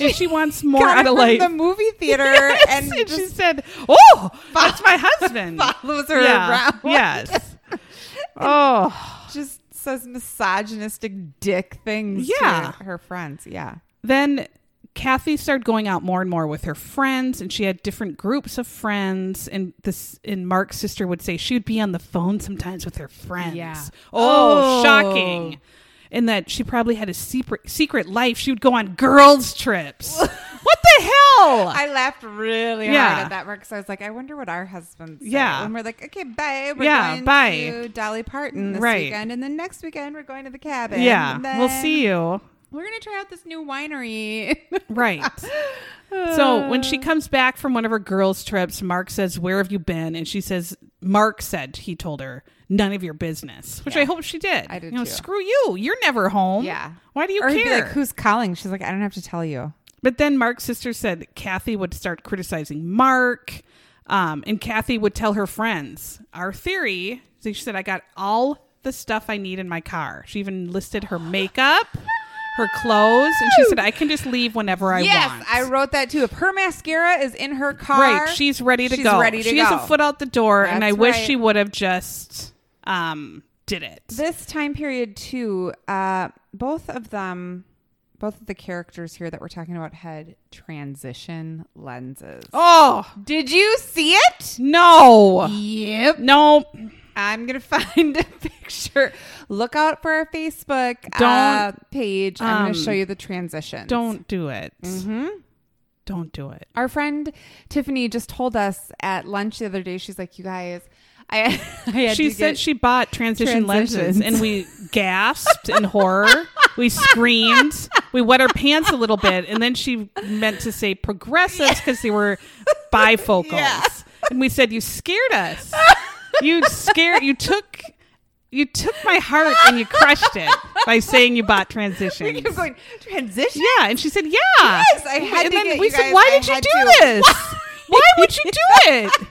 Speaker 1: and she wants more
Speaker 3: Got
Speaker 1: out of
Speaker 3: it from
Speaker 1: life.
Speaker 3: the movie theater
Speaker 1: Yes,
Speaker 3: and,
Speaker 1: and she
Speaker 3: just
Speaker 1: said, "Oh, that's my husband."
Speaker 3: follows her
Speaker 1: yeah.
Speaker 3: around.
Speaker 1: Yes. oh.
Speaker 3: just says misogynistic dick things.
Speaker 1: Yeah.
Speaker 3: to her friends. Yeah,
Speaker 1: Then Kathy started going out more and more with her friends, and she had different groups of friends. And this, and Mark's sister would say she would be on the phone sometimes with her friends.
Speaker 3: Yeah.
Speaker 1: Oh,
Speaker 3: Oh.
Speaker 1: shocking! And that she probably had a secret secret life. She would go on girls' trips. what the hell?
Speaker 3: I laughed really
Speaker 1: Uh. Yeah.
Speaker 3: hard at that part because I was like, I wonder what our husbands. say.
Speaker 1: Yeah.
Speaker 3: and we're like, okay, bye. We're
Speaker 1: Yeah,
Speaker 3: going
Speaker 1: bye.
Speaker 3: to Dolly Parton this
Speaker 1: Right.
Speaker 3: weekend, and then next weekend we're going to the cabin.
Speaker 1: yeah,
Speaker 3: and then
Speaker 1: we'll see you.
Speaker 3: We're gonna try out this new winery.
Speaker 1: Right. so when she comes back from one of her girls' trips, Mark says, Where have you been? And she says, Mark said, he told her, none of your business, which I hope she did.
Speaker 3: I did
Speaker 1: You know,
Speaker 3: too.
Speaker 1: screw you. You're never home.
Speaker 3: Yeah.
Speaker 1: Why do you
Speaker 3: or he'd be
Speaker 1: care?
Speaker 3: like, who's calling? She's like, I don't have to tell you.
Speaker 1: But then Mark's sister said Kathy would start criticizing Mark, um, and Kathy would tell her friends our theory. So she said, "I got all the stuff I need in my car." She even listed her makeup, her clothes, and she said, "I can just leave whenever I
Speaker 3: yes,
Speaker 1: want."
Speaker 3: I wrote that too. If her mascara is in her car,
Speaker 1: Right, she's ready to
Speaker 3: she's
Speaker 1: go.
Speaker 3: ready to
Speaker 1: she
Speaker 3: go.
Speaker 1: has a foot out the door, and I
Speaker 3: That's
Speaker 1: wish
Speaker 3: right.
Speaker 1: she would have just um did it.
Speaker 3: this time period too uh both of them both of the characters here that we're talking about had transition lenses
Speaker 1: oh
Speaker 3: did you see it
Speaker 1: no,
Speaker 3: yep
Speaker 1: no!
Speaker 3: i'm gonna find a picture look out for our facebook uh,
Speaker 1: Don't,
Speaker 3: page i'm
Speaker 1: um,
Speaker 3: gonna show you the transition
Speaker 1: Don't do it.
Speaker 3: Mm-hmm.
Speaker 1: Don't do it.
Speaker 3: our friend tiffany just told us at lunch the other day she's like you guys i, I had
Speaker 1: she
Speaker 3: to
Speaker 1: said
Speaker 3: get-
Speaker 1: she bought transition lenses
Speaker 3: Transitions.
Speaker 1: and we gasped in horror we screamed we wet our pants a little bit and then she meant to say progressives because they were bifocals and we said you scared us you scared you took you took my heart and you crushed it by saying you bought transitions
Speaker 3: kept going transition
Speaker 1: yeah and she said yeah
Speaker 3: Yes, I had
Speaker 1: and
Speaker 3: to
Speaker 1: then
Speaker 3: get-
Speaker 1: we
Speaker 3: you
Speaker 1: said
Speaker 3: guys,
Speaker 1: why
Speaker 3: I
Speaker 1: did you
Speaker 3: had
Speaker 1: do
Speaker 3: to."
Speaker 1: this why would you do it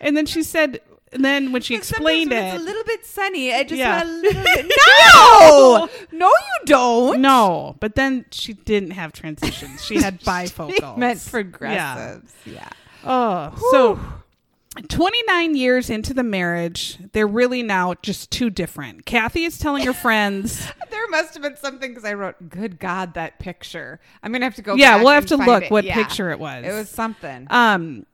Speaker 1: and then she said and then when she explained it
Speaker 3: Sometimes when It's a little bit sunny. I just
Speaker 1: Yeah.
Speaker 3: want a little bit. No, no, you don't.
Speaker 1: No, but then she didn't have transitions. She had
Speaker 3: She
Speaker 1: bifocals.
Speaker 3: meant progressives. Yeah.
Speaker 1: Yeah. Oh, so 29 years into the marriage, they're really now just too different. Kathy is telling her friends,
Speaker 3: There must have been something because I wrote, "Good God, that picture." I'm gonna have to go.
Speaker 1: Yeah,
Speaker 3: back
Speaker 1: we'll have
Speaker 3: and
Speaker 1: to
Speaker 3: find
Speaker 1: look
Speaker 3: it.
Speaker 1: what
Speaker 3: Yeah.
Speaker 1: picture it was.
Speaker 3: It was something.
Speaker 1: um,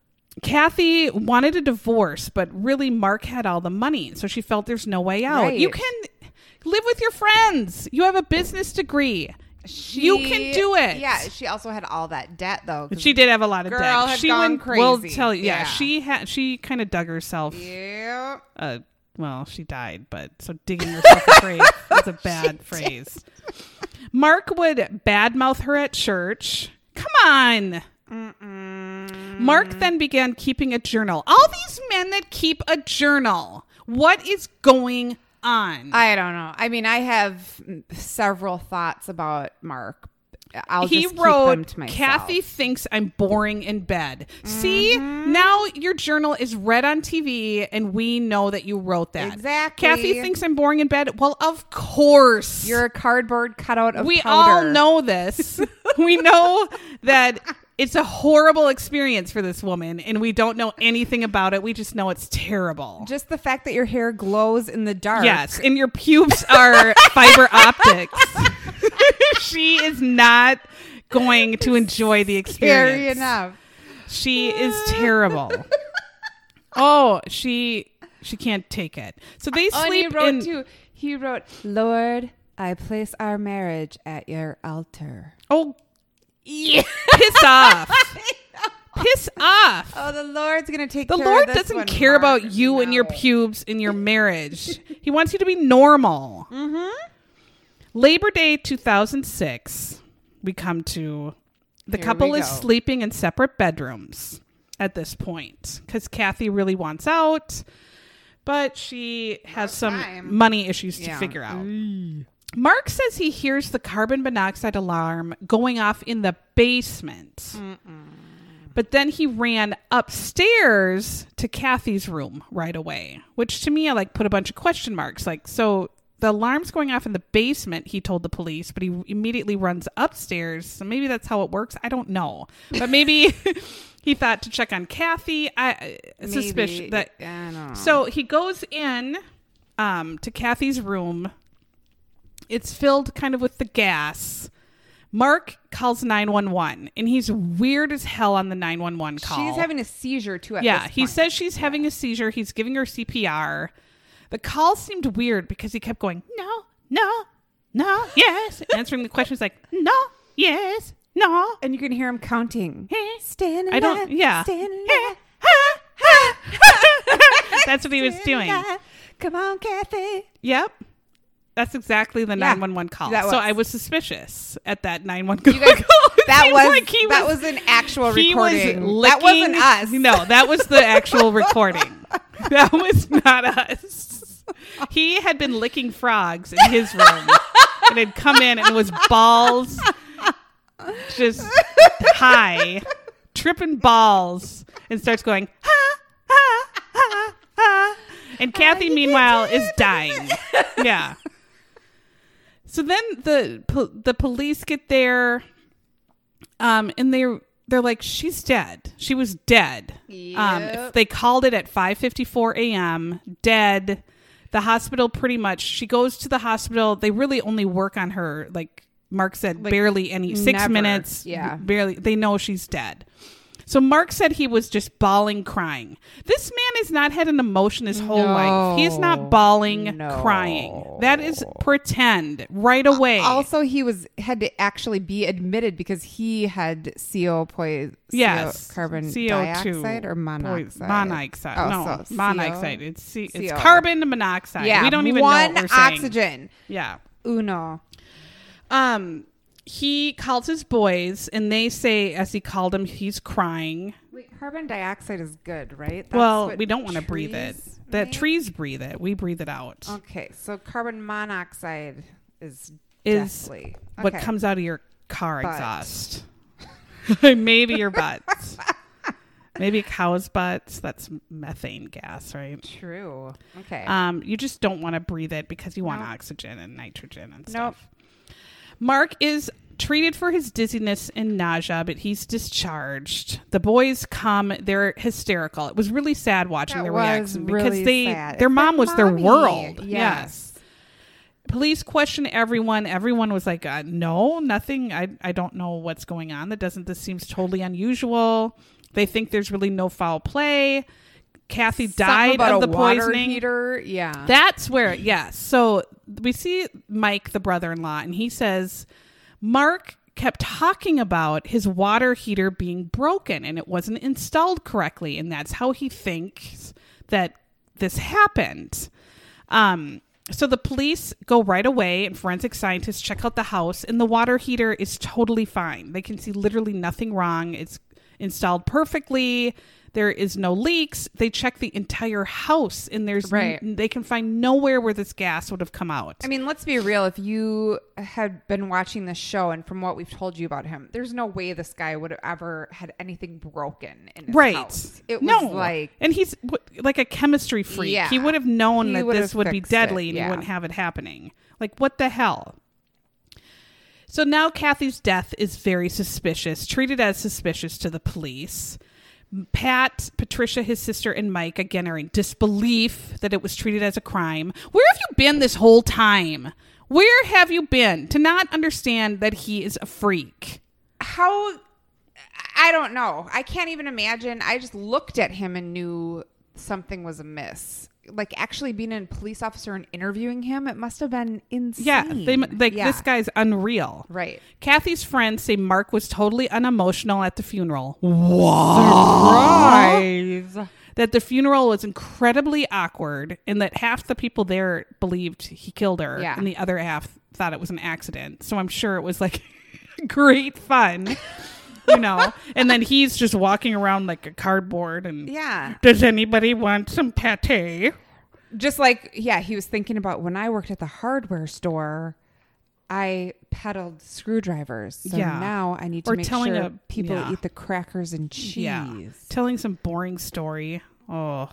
Speaker 1: Kathy wanted a divorce, but really Mark had all the money, so she felt there's no way out. You
Speaker 3: Right.
Speaker 1: can live with your friends. You have a business degree. you can
Speaker 3: She-
Speaker 1: do it.
Speaker 3: Yeah. She also had all that debt though. 'cause-
Speaker 1: She did have a lot of
Speaker 3: Girl
Speaker 1: debt.
Speaker 3: had
Speaker 1: she
Speaker 3: gone
Speaker 1: went- We'll
Speaker 3: crazy.
Speaker 1: tell you. Yeah,
Speaker 3: Yeah.
Speaker 1: she had. She kind of dug herself.
Speaker 3: Yeah.
Speaker 1: Uh, well, she died, but so digging herself a grave is a bad phrase. Mark would badmouth her at church. Come on. Mark then began keeping a journal. All these men that keep a journal, what is going on?
Speaker 3: I don't know. I mean, I have several thoughts about Mark. I'll
Speaker 1: he
Speaker 3: just keep them
Speaker 1: wrote,
Speaker 3: to myself.
Speaker 1: Kathy thinks I'm boring in bed. See,
Speaker 3: Mm-hmm.
Speaker 1: now your journal is read on TV, and we know that you wrote that.
Speaker 3: Exactly.
Speaker 1: Kathy thinks I'm boring in bed. Well, of course.
Speaker 3: You're a cardboard cutout of
Speaker 1: we all
Speaker 3: powder.
Speaker 1: know this. we know that it's a horrible experience for this woman, and we don't know anything about it. We just know it's terrible.
Speaker 3: Just the fact that your hair glows in the dark.
Speaker 1: Yes, and your pubes are fiber optics. she is not going to enjoy the experience.
Speaker 3: Scary enough.
Speaker 1: She is terrible. oh, she she can't take it. So they
Speaker 3: Oh, and he
Speaker 1: sleep
Speaker 3: wrote
Speaker 1: in.
Speaker 3: too. He wrote, "Lord, I place our marriage at your altar."
Speaker 1: oh, piss off! piss off!
Speaker 3: Oh, the Lord's gonna take
Speaker 1: The
Speaker 3: care
Speaker 1: Lord
Speaker 3: of this
Speaker 1: doesn't
Speaker 3: one,
Speaker 1: care
Speaker 3: Mark.
Speaker 1: about you and your
Speaker 3: No.
Speaker 1: pubes and your marriage. he wants you to be normal. Mm-hmm. Labor Day 2006, we come to the
Speaker 3: Here
Speaker 1: couple
Speaker 3: we
Speaker 1: is
Speaker 3: go.
Speaker 1: sleeping in separate bedrooms at this point because Kathy really wants out, but she has some
Speaker 3: time.
Speaker 1: money issues to
Speaker 3: Yeah.
Speaker 1: figure out. Mark says he hears the carbon monoxide alarm going off in the basement. But then he ran upstairs to Kathy's room right away, which to me, I like put a bunch of question marks. Like, so the alarm's going off in the basement, he told the police, but he immediately runs upstairs. So maybe that's how it works. I don't know. But maybe he thought to check on Kathy. I uh,
Speaker 3: Maybe.
Speaker 1: suspicion that.
Speaker 3: I don't know.
Speaker 1: So he goes in um, to Kathy's room. It's filled kind of with the gas. Mark calls 911 and he's weird as hell on the 911 call.
Speaker 3: she's having a seizure too. At
Speaker 1: Yeah,
Speaker 3: this
Speaker 1: he
Speaker 3: point.
Speaker 1: says she's having a seizure. He's giving her CPR. The call seemed weird because he kept going, "No, no, no, yes." Answering the questions like, "No, yes, no."
Speaker 3: and you can hear him counting.
Speaker 1: Eh.
Speaker 3: Standing.
Speaker 1: I don't-
Speaker 3: up,
Speaker 1: yeah.
Speaker 3: Standing.
Speaker 1: Eh,
Speaker 3: up,
Speaker 1: That's what he was
Speaker 3: standing
Speaker 1: doing.
Speaker 3: up. Come on, Kathy.
Speaker 1: Yep. That's exactly the
Speaker 3: Yeah,
Speaker 1: 911 call.
Speaker 3: that
Speaker 1: So
Speaker 3: was.
Speaker 1: I was suspicious at that 911
Speaker 3: You guys,
Speaker 1: call. It
Speaker 3: that
Speaker 1: seemed
Speaker 3: was
Speaker 1: like he
Speaker 3: that was an actual
Speaker 1: he was
Speaker 3: recording.
Speaker 1: licking-
Speaker 3: that wasn't us.
Speaker 1: No, that was the actual recording. That was not us. He had been licking frogs in his room and had come in and was balls just high, tripping balls, and starts going, ha, ha, ha, ha. And Kathy, meanwhile, is dying. Yeah. So then the po- the police get there, um, and they they're like, "She's dead. She was dead." Um, if they called it at five fifty four a.m. Dead. The hospital pretty much. She goes to the hospital. They really only work on her, like Mark said, barely any six
Speaker 3: never.
Speaker 1: minutes.
Speaker 3: Yeah.
Speaker 1: barely. They know she's dead. So Mark said he was just bawling, crying. This man has not had an emotion his whole life. He is
Speaker 3: No.
Speaker 1: not bawling, crying. That is pretend right away.
Speaker 3: Also, he was had to actually be admitted because he had CO poison.
Speaker 1: yes,
Speaker 3: carbon
Speaker 1: CO2
Speaker 3: dioxide or
Speaker 1: poison-
Speaker 3: monoxide.
Speaker 1: Monoxide.
Speaker 3: Oh,
Speaker 1: no,
Speaker 3: so
Speaker 1: monoxide.
Speaker 3: CO.
Speaker 1: It's C- it's
Speaker 3: CO.
Speaker 1: carbon monoxide.
Speaker 3: Yeah,
Speaker 1: we don't even
Speaker 3: one
Speaker 1: know what we're saying.
Speaker 3: oxygen.
Speaker 1: Yeah.
Speaker 3: Uno.
Speaker 1: Um, he calls his boys, and they say, as he called him, he's crying.
Speaker 3: Wait, carbon dioxide is good, right? That's
Speaker 1: well,
Speaker 3: what
Speaker 1: we don't want to breathe it.
Speaker 3: trees
Speaker 1: The
Speaker 3: make?
Speaker 1: trees breathe it. We breathe it out.
Speaker 3: Okay, so carbon monoxide is
Speaker 1: Is
Speaker 3: deathly.
Speaker 1: what
Speaker 3: Okay.
Speaker 1: comes out of your car
Speaker 3: Butt.
Speaker 1: exhaust. Maybe your butt. Maybe a cow's butts. That's methane gas, right?
Speaker 3: True. Okay.
Speaker 1: Um, you just don't want to breathe it because you want
Speaker 3: Nope.
Speaker 1: oxygen and nitrogen and
Speaker 3: nope.
Speaker 1: stuff. Mark is treated for his dizziness and nausea, but he's discharged. The boys come; they're hysterical. It was really sad watching
Speaker 3: That
Speaker 1: their
Speaker 3: was
Speaker 1: reaction because
Speaker 3: really
Speaker 1: they
Speaker 3: sad.
Speaker 1: their
Speaker 3: It's
Speaker 1: mom
Speaker 3: like,
Speaker 1: was their
Speaker 3: "Mommy."
Speaker 1: world.
Speaker 3: Yes.
Speaker 1: yes. Police question everyone. Everyone was like, uh, "No, nothing. I I don't know what's going on. That doesn't. This seems totally unusual." They think there's really no foul play. Kathy
Speaker 3: Something
Speaker 1: died
Speaker 3: about
Speaker 1: of
Speaker 3: a
Speaker 1: the
Speaker 3: water
Speaker 1: poisoning.
Speaker 3: Heater. Yeah.
Speaker 1: That's where, yeah. So we see Mike, the brother in law, and he says, Mark kept talking about his water heater being broken and it wasn't installed correctly. And that's how he thinks that this happened. Um, so the police go right away and forensic scientists check out the house and the water heater is totally fine. They can see literally nothing wrong. It's installed perfectly. There is no leaks. They check the entire house and there's
Speaker 3: Right.
Speaker 1: they can find nowhere where this gas would have come out.
Speaker 3: I mean, let's be real. If you had been watching this show and from what we've told you about him, there's no way this guy would have ever had anything broken in his
Speaker 1: right.
Speaker 3: house. It
Speaker 1: no.
Speaker 3: was like
Speaker 1: and he's w- like a chemistry freak.
Speaker 3: Yeah.
Speaker 1: He would have known
Speaker 3: He
Speaker 1: that
Speaker 3: would
Speaker 1: this
Speaker 3: have
Speaker 1: would be
Speaker 3: fixed it,
Speaker 1: deadly and
Speaker 3: yeah.
Speaker 1: he wouldn't have it happening. Like what the hell? So now Kathy's death is very suspicious, treated as suspicious to the police. Pat, Patricia, his sister, and Mike again are in disbelief that it was treated as a crime. Where have you been this whole time? Where have you been to not understand that he is a freak?
Speaker 3: how I don't know. I can't even imagine. I just looked at him and knew something was amiss. Like actually being a police officer and interviewing him, it must have been insane.
Speaker 1: Yeah, they like this guy's unreal.
Speaker 3: Right.
Speaker 1: Kathy's friends say Mark was totally unemotional at the funeral. That the funeral was incredibly awkward and that half the people there believed he killed her
Speaker 3: Yeah.
Speaker 1: and the other half thought it was an accident. So I'm sure it was like great fun. You know, and then he's just walking around like a cardboard and
Speaker 3: Yeah.
Speaker 1: Does anybody want some pate?
Speaker 3: Just like yeah, he was thinking about when I worked at the hardware store, I peddled screwdrivers. So
Speaker 1: Yeah.
Speaker 3: now I need to
Speaker 1: Or
Speaker 3: make
Speaker 1: telling
Speaker 3: sure
Speaker 1: a-
Speaker 3: people
Speaker 1: yeah.
Speaker 3: eat the crackers and cheese.
Speaker 1: Telling some boring story. Oh,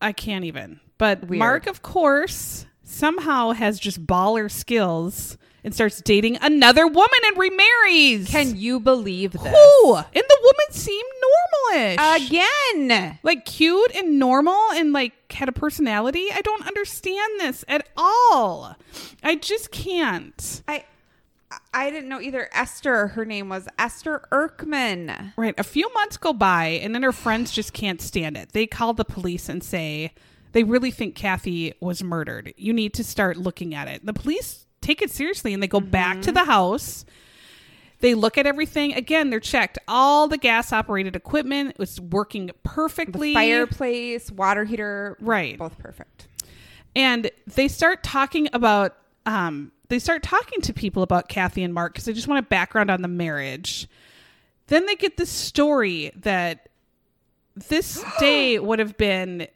Speaker 1: I can't even. But
Speaker 3: Weird.
Speaker 1: Mark, of course, somehow has just baller skills and starts dating another woman and remarries.
Speaker 3: Can you believe this?
Speaker 1: Ooh, and the woman seemed normalish.
Speaker 3: Again.
Speaker 1: like cute and normal and like had a personality. I don't understand this at all. I just can't.
Speaker 3: I I didn't know either. Esther, her name was Esther Erkman.
Speaker 1: Right. A few months go by, and then her friends just can't stand it. They call the police and say they really think Kathy was murdered. You need to start looking at it. The police take it seriously and they go back to the house. They look at everything. Again, they're checked. All the gas operated equipment was working perfectly.
Speaker 3: Fireplace, water heater,
Speaker 1: Right.
Speaker 3: Both perfect.
Speaker 1: and they start talking about um they start talking to people about Kathy and Mark because they just want a background on the marriage. Then they get this story that this day would have been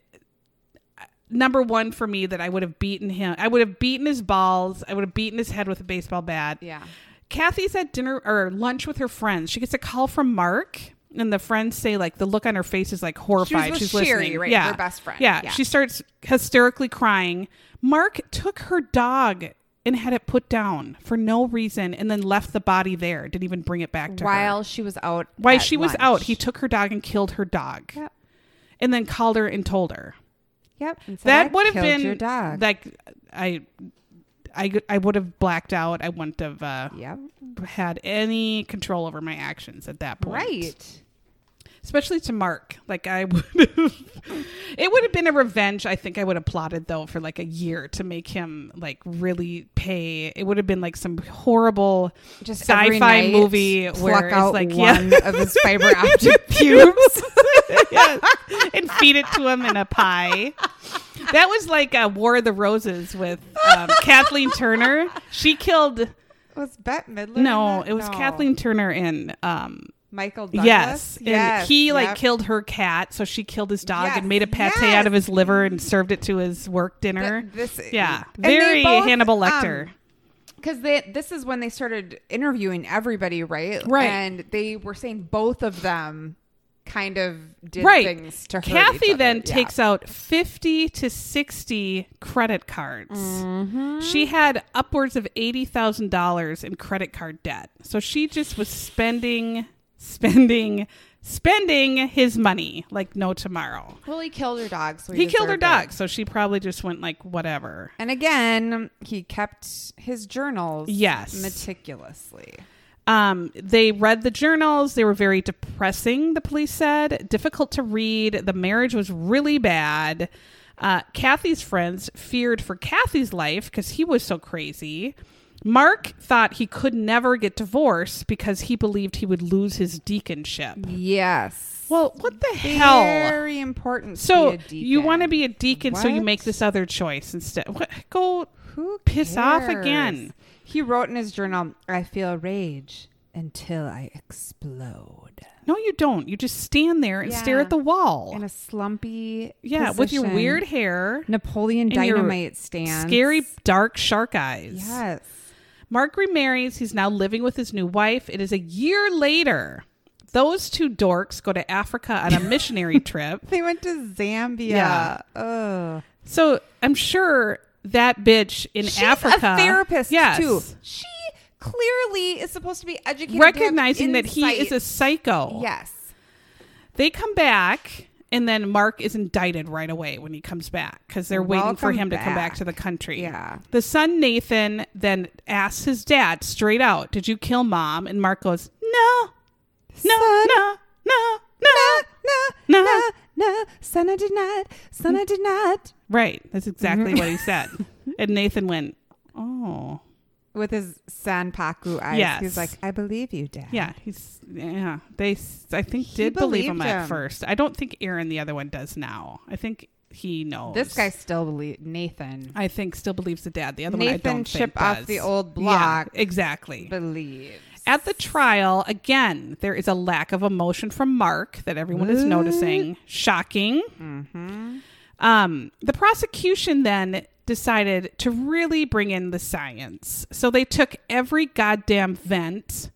Speaker 1: uh, number one for me that I would have beaten him. I would have beaten his balls. I would have beaten his head with a baseball bat.
Speaker 3: Yeah.
Speaker 1: Kathy's at dinner or lunch with her friends. She gets a call from Mark, and the friends say like the look on her face is like horrified.
Speaker 3: with
Speaker 1: She's
Speaker 3: Sherry,
Speaker 1: listening.
Speaker 3: right?
Speaker 1: Yeah,
Speaker 3: Her best friend.
Speaker 1: Yeah.
Speaker 3: Yeah.
Speaker 1: she starts hysterically crying. Mark took her dog and had it put down for no reason and then left the body there. Didn't even bring it back to her.
Speaker 3: While she was out.
Speaker 1: While
Speaker 3: at
Speaker 1: she was
Speaker 3: lunch.
Speaker 1: out, he took her dog and killed her dog.
Speaker 3: Yep.
Speaker 1: And then called her and told her.
Speaker 3: Yep. and said, "I
Speaker 1: that would have
Speaker 3: killed
Speaker 1: been
Speaker 3: your dog.
Speaker 1: like I I I would have blacked out. I wouldn't have uh,
Speaker 3: yep.
Speaker 1: had any control over my actions at that point.
Speaker 3: Right.
Speaker 1: Especially to Mark. Like I would have it would have been a revenge I think I would have plotted though for like a year to make him like really pay. It would have been like some horrible
Speaker 3: Just every
Speaker 1: sci-fi
Speaker 3: night,
Speaker 1: movie
Speaker 3: pluck
Speaker 1: where it's
Speaker 3: out
Speaker 1: like
Speaker 3: one
Speaker 1: yeah.
Speaker 3: of his fiber optic pubes.
Speaker 1: Yes. and feed it to him in a pie. That was like uh, War of the Roses with um, Kathleen Turner. She killed.
Speaker 3: was Bette Midler? in
Speaker 1: No,
Speaker 3: that?
Speaker 1: it was
Speaker 3: No.
Speaker 1: Kathleen Turner in. Um,
Speaker 3: Michael Douglas.
Speaker 1: yes, and
Speaker 3: Yes,
Speaker 1: he like
Speaker 3: yep.
Speaker 1: killed her cat, so she killed his dog
Speaker 3: Yes,
Speaker 1: and made a pate
Speaker 3: yes.
Speaker 1: out of his liver and served it to his work dinner.
Speaker 3: Th- this-
Speaker 1: yeah,
Speaker 3: and they
Speaker 1: very
Speaker 3: both,
Speaker 1: Hannibal Lecter.
Speaker 3: um, because they this is when they started interviewing everybody, right?
Speaker 1: Right.
Speaker 3: and they were saying both of them kind of did
Speaker 1: right.
Speaker 3: things to hurt
Speaker 1: Kathy
Speaker 3: each other.
Speaker 1: then
Speaker 3: Yeah.
Speaker 1: takes out 50 to 60 credit cards.
Speaker 3: Mm-hmm.
Speaker 1: She had upwards of $80,000 in credit card debt. So she just was spending, spending, spending his money like no tomorrow.
Speaker 3: Well, he killed her dog. So he,
Speaker 1: He killed her
Speaker 3: deserved it.
Speaker 1: dog, so she probably just went like whatever.
Speaker 3: And again, he kept his journals
Speaker 1: Yes.
Speaker 3: meticulously.
Speaker 1: Um, they read the journals. They were very depressing, the police said. Difficult to read. The marriage was really bad. Uh, Kathy's friends feared for Kathy's life because he was so crazy. Mark thought he could never get divorced because he believed he would lose his deaconship.
Speaker 3: Yes.
Speaker 1: Well, what the hell?
Speaker 3: Very important. to
Speaker 1: So
Speaker 3: be a
Speaker 1: you want to
Speaker 3: deacon.
Speaker 1: be a deacon, so you
Speaker 3: What?
Speaker 1: make this other choice instead. What? Go
Speaker 3: Who
Speaker 1: piss off
Speaker 3: cares?
Speaker 1: again.
Speaker 3: He wrote in his journal, I feel rage until I explode.
Speaker 1: No, you don't. You just stand there and stare
Speaker 3: Yeah.
Speaker 1: at the wall.
Speaker 3: In a slumpy
Speaker 1: Yeah, with your
Speaker 3: position.
Speaker 1: weird hair,
Speaker 3: Napoleon
Speaker 1: and your
Speaker 3: Dynamite stand.
Speaker 1: scary dark shark eyes.
Speaker 3: Yes.
Speaker 1: Mark remarries. He's now living with his new wife. It is a year later. Those two dorks go to Africa on a missionary trip.
Speaker 3: They went to Zambia.
Speaker 1: Yeah.
Speaker 3: Ugh.
Speaker 1: So I'm sure that bitch in
Speaker 3: She's
Speaker 1: Africa,
Speaker 3: a therapist
Speaker 1: yes,
Speaker 3: too. She clearly is supposed to be educated, to have
Speaker 1: recognizing that he is a
Speaker 3: insight.
Speaker 1: psycho.
Speaker 3: yes.
Speaker 1: They come back, and then Mark is indicted right away when he comes back because they're waiting for
Speaker 3: Welcome
Speaker 1: him to come back
Speaker 3: back.
Speaker 1: to the country.
Speaker 3: Yeah.
Speaker 1: The son, Nathan, then asks his dad straight out, Did you kill mom? And Mark goes, No, no,
Speaker 3: Son.
Speaker 1: no, no, no.
Speaker 3: No,
Speaker 1: No.
Speaker 3: no, no, son, I did not. Son, I did not.
Speaker 1: Right. That's exactly what
Speaker 3: Mm-hmm.
Speaker 1: he said. And Nathan went, Oh.
Speaker 3: With his Sanpaku eyes,
Speaker 1: Yes.
Speaker 3: he's like, "I believe you, Dad."
Speaker 1: Yeah, he's yeah. They s- I think did believe him,
Speaker 3: believed
Speaker 1: at
Speaker 3: him.
Speaker 1: first. I don't think Aaron, the other one, does now. I think he knows.
Speaker 3: this guy still believes Nathan.
Speaker 1: I think still believes the dad. The other one I
Speaker 3: Nathan
Speaker 1: don't
Speaker 3: chip
Speaker 1: think
Speaker 3: off
Speaker 1: does.
Speaker 3: the old
Speaker 1: Yeah,
Speaker 3: block.
Speaker 1: exactly.
Speaker 3: believes.
Speaker 1: At the trial, again, there is a lack of emotion from Mark that everyone is noticing. Shocking.
Speaker 3: Mm-hmm.
Speaker 1: Um, the prosecution then decided to really bring in the science. So they took every goddamn vent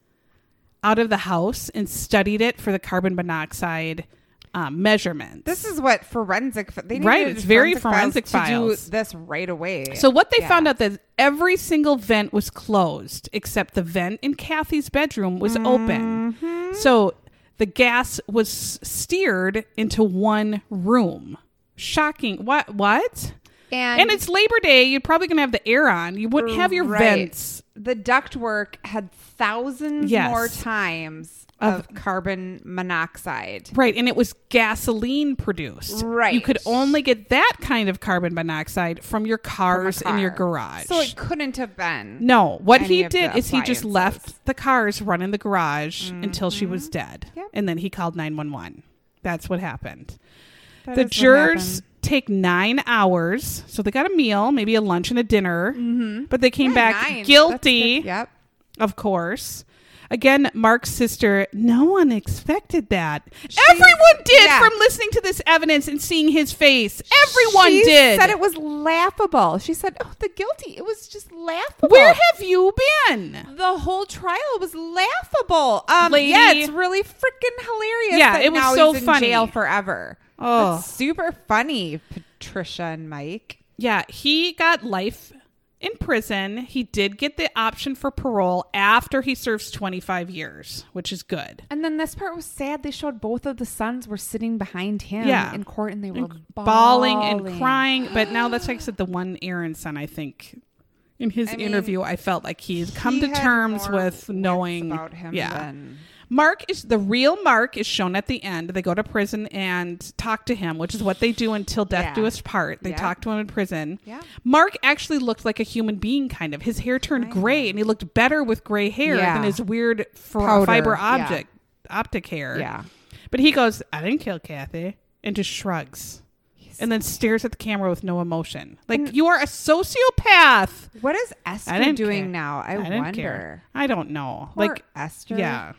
Speaker 1: out of the house and studied it for the carbon monoxide um, measurements.
Speaker 3: This is what forensic. They
Speaker 1: Right,
Speaker 3: needed
Speaker 1: it's very forensic
Speaker 3: to
Speaker 1: files.
Speaker 3: do this right away.
Speaker 1: So what they
Speaker 3: Yeah.
Speaker 1: found out that every single vent was closed except the vent in Kathy's bedroom was
Speaker 3: Mm-hmm.
Speaker 1: open. So the gas was steered into one room. Shocking. What what?
Speaker 3: and,
Speaker 1: And, it's Labor Day, you're probably going to have the air on. You wouldn't have your
Speaker 3: Right.
Speaker 1: vents.
Speaker 3: The ductwork had thousands
Speaker 1: Yes.
Speaker 3: more times of, carbon monoxide.
Speaker 1: Right, and it was gasoline produced.
Speaker 3: Right.
Speaker 1: You could only get that kind of carbon monoxide from your cars
Speaker 3: from a
Speaker 1: in your
Speaker 3: car.
Speaker 1: garage.
Speaker 3: So it couldn't have been.
Speaker 1: No, what
Speaker 3: any
Speaker 1: he
Speaker 3: of the
Speaker 1: did is he just
Speaker 3: appliances.
Speaker 1: left the cars run in the garage until she was dead.
Speaker 3: Mm-hmm. Yep.
Speaker 1: And then he called 911. That's what happened.
Speaker 3: That
Speaker 1: the
Speaker 3: is what
Speaker 1: jurors
Speaker 3: happened.
Speaker 1: take nine hours. So they got a meal, maybe a lunch and a dinner. Mm-hmm. But they came
Speaker 3: Yeah,
Speaker 1: back
Speaker 3: nine.
Speaker 1: guilty,
Speaker 3: That's good. Yep.
Speaker 1: of course. Again, Mark's sister, no one expected that. Everyone did
Speaker 3: yeah.
Speaker 1: from listening to this evidence and seeing his face. Everyone
Speaker 3: she
Speaker 1: did.
Speaker 3: said it was laughable. She said, "Oh, the guilty. It was just laughable."
Speaker 1: Where have you been?
Speaker 3: the whole trial was laughable. Um,
Speaker 1: Lady.
Speaker 3: yeah, it's really freaking hilarious.
Speaker 1: Yeah,
Speaker 3: that
Speaker 1: it was
Speaker 3: now
Speaker 1: so
Speaker 3: he's in
Speaker 1: funny.
Speaker 3: Jail forever.
Speaker 1: Oh.
Speaker 3: That's super funny, Patricia and Mike.
Speaker 1: Yeah, he got life in prison. He did get the option for parole after he serves 25 years, which is good.
Speaker 3: And then this part was sad. They showed both of the sons were sitting behind him
Speaker 1: Yeah.
Speaker 3: in court and they were
Speaker 1: Bawling,
Speaker 3: bawling
Speaker 1: and crying. But now that's like I said, the one Aaron son, I think. In his
Speaker 3: I mean,
Speaker 1: interview, I felt like he's come
Speaker 3: He
Speaker 1: to
Speaker 3: had
Speaker 1: terms
Speaker 3: more
Speaker 1: with
Speaker 3: wits
Speaker 1: knowing
Speaker 3: about him
Speaker 1: Yeah.
Speaker 3: than-
Speaker 1: Mark is the real Mark is shown at the end. They go to prison and talk to him, which is what they do until death
Speaker 3: Yeah.
Speaker 1: do us part. They
Speaker 3: Yeah.
Speaker 1: talk to him in prison.
Speaker 3: Yeah.
Speaker 1: Mark actually looked like a human being, kind of. His hair turned gray, and he looked better with gray hair
Speaker 3: Yeah.
Speaker 1: than his weird fr-
Speaker 3: Powder,
Speaker 1: fiber
Speaker 3: yeah.
Speaker 1: object optic hair.
Speaker 3: Yeah.
Speaker 1: But he goes, "I didn't kill Kathy," and just shrugs, and then stares at the camera with no emotion. Like you are a sociopath.
Speaker 3: What is
Speaker 1: I
Speaker 3: Esther
Speaker 1: didn't
Speaker 3: doing
Speaker 1: care.
Speaker 3: now? I,
Speaker 1: didn't
Speaker 3: wonder.
Speaker 1: care. I don't know.
Speaker 3: Poor
Speaker 1: like
Speaker 3: Esther.
Speaker 1: yeah.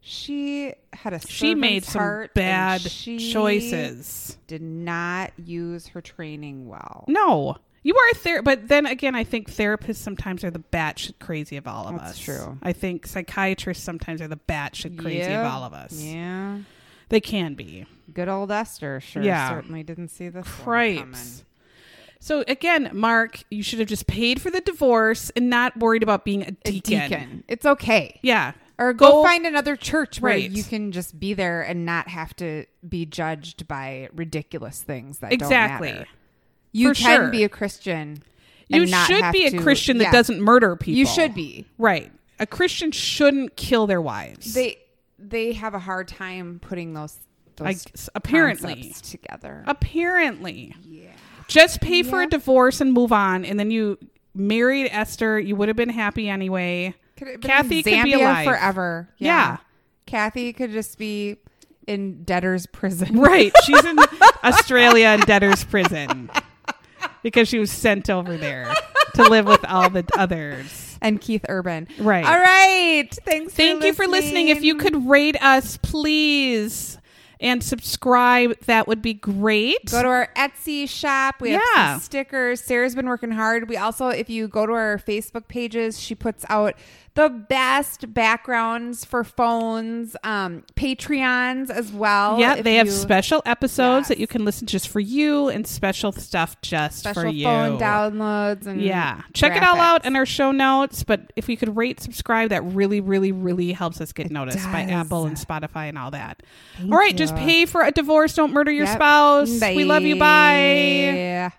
Speaker 3: She had a
Speaker 1: she made
Speaker 3: servant's
Speaker 1: some
Speaker 3: heart and
Speaker 1: bad
Speaker 3: she
Speaker 1: choices.
Speaker 3: Did not use her training well.
Speaker 1: No, you are a therapist. But then again, I think therapists sometimes are the batshit crazy of all of
Speaker 3: That's
Speaker 1: us.
Speaker 3: true.
Speaker 1: I think psychiatrists sometimes are the batshit crazy
Speaker 3: Yeah.
Speaker 1: of all of us.
Speaker 3: Yeah.
Speaker 1: They can be.
Speaker 3: Good old Esther sure
Speaker 1: Yeah.
Speaker 3: certainly didn't see this one coming.
Speaker 1: Cripes. So again, Mark, you should have just paid for the divorce and not worried about being a
Speaker 3: A
Speaker 1: deacon.
Speaker 3: deacon. It's okay.
Speaker 1: Yeah.
Speaker 3: Or go,
Speaker 1: Go-
Speaker 3: find another church where
Speaker 1: Right.
Speaker 3: you can just be there and not have to be judged by ridiculous things that
Speaker 1: Exactly.
Speaker 3: don't matter. You
Speaker 1: For
Speaker 3: can
Speaker 1: sure.
Speaker 3: be a Christian. and
Speaker 1: You
Speaker 3: not
Speaker 1: should
Speaker 3: have
Speaker 1: be a
Speaker 3: to-
Speaker 1: Christian that
Speaker 3: yeah.
Speaker 1: doesn't murder people.
Speaker 3: You should be.
Speaker 1: Right. A Christian shouldn't kill their wives.
Speaker 3: They they have a hard time putting those those
Speaker 1: I guess- apparently.
Speaker 3: concepts together.
Speaker 1: Apparently.
Speaker 3: yeah.
Speaker 1: Just pay for a
Speaker 3: Yeah.
Speaker 1: divorce and move on, and then you married Esther. You would have been happy anyway.
Speaker 3: Could it
Speaker 1: Kathy
Speaker 3: Zambia
Speaker 1: could be alive
Speaker 3: forever.
Speaker 1: Yeah.
Speaker 3: Kathy could just be in debtor's prison.
Speaker 1: Right? She's in Australia in debtor's prison because she was sent over there to live with all the others.
Speaker 3: and Keith Urban.
Speaker 1: Right.
Speaker 3: All right. Thanks.
Speaker 1: Thank you for listening. If you could rate us, please, and subscribe, that would be great.
Speaker 3: go to our Etsy shop, we have
Speaker 1: Yeah.
Speaker 3: some stickers. Sarah's been working hard. We also, if you go to our Facebook pages, she puts out the best backgrounds for phones, um, Patreons as well.
Speaker 1: yeah,
Speaker 3: If
Speaker 1: they have
Speaker 3: you-
Speaker 1: special episodes that
Speaker 3: Yes.
Speaker 1: you can listen just for you and special stuff just
Speaker 3: special
Speaker 1: for you.
Speaker 3: phone downloads and
Speaker 1: Yeah. Check it all out
Speaker 3: graphics.
Speaker 1: in our show notes. But if we could rate, subscribe, that really, really, really helps us get noticed by
Speaker 3: does.
Speaker 1: Apple and Spotify and all that. all right. Just pay for a divorce. Don't murder your
Speaker 3: Yep.
Speaker 1: spouse. We love you. Bye.
Speaker 3: Bye.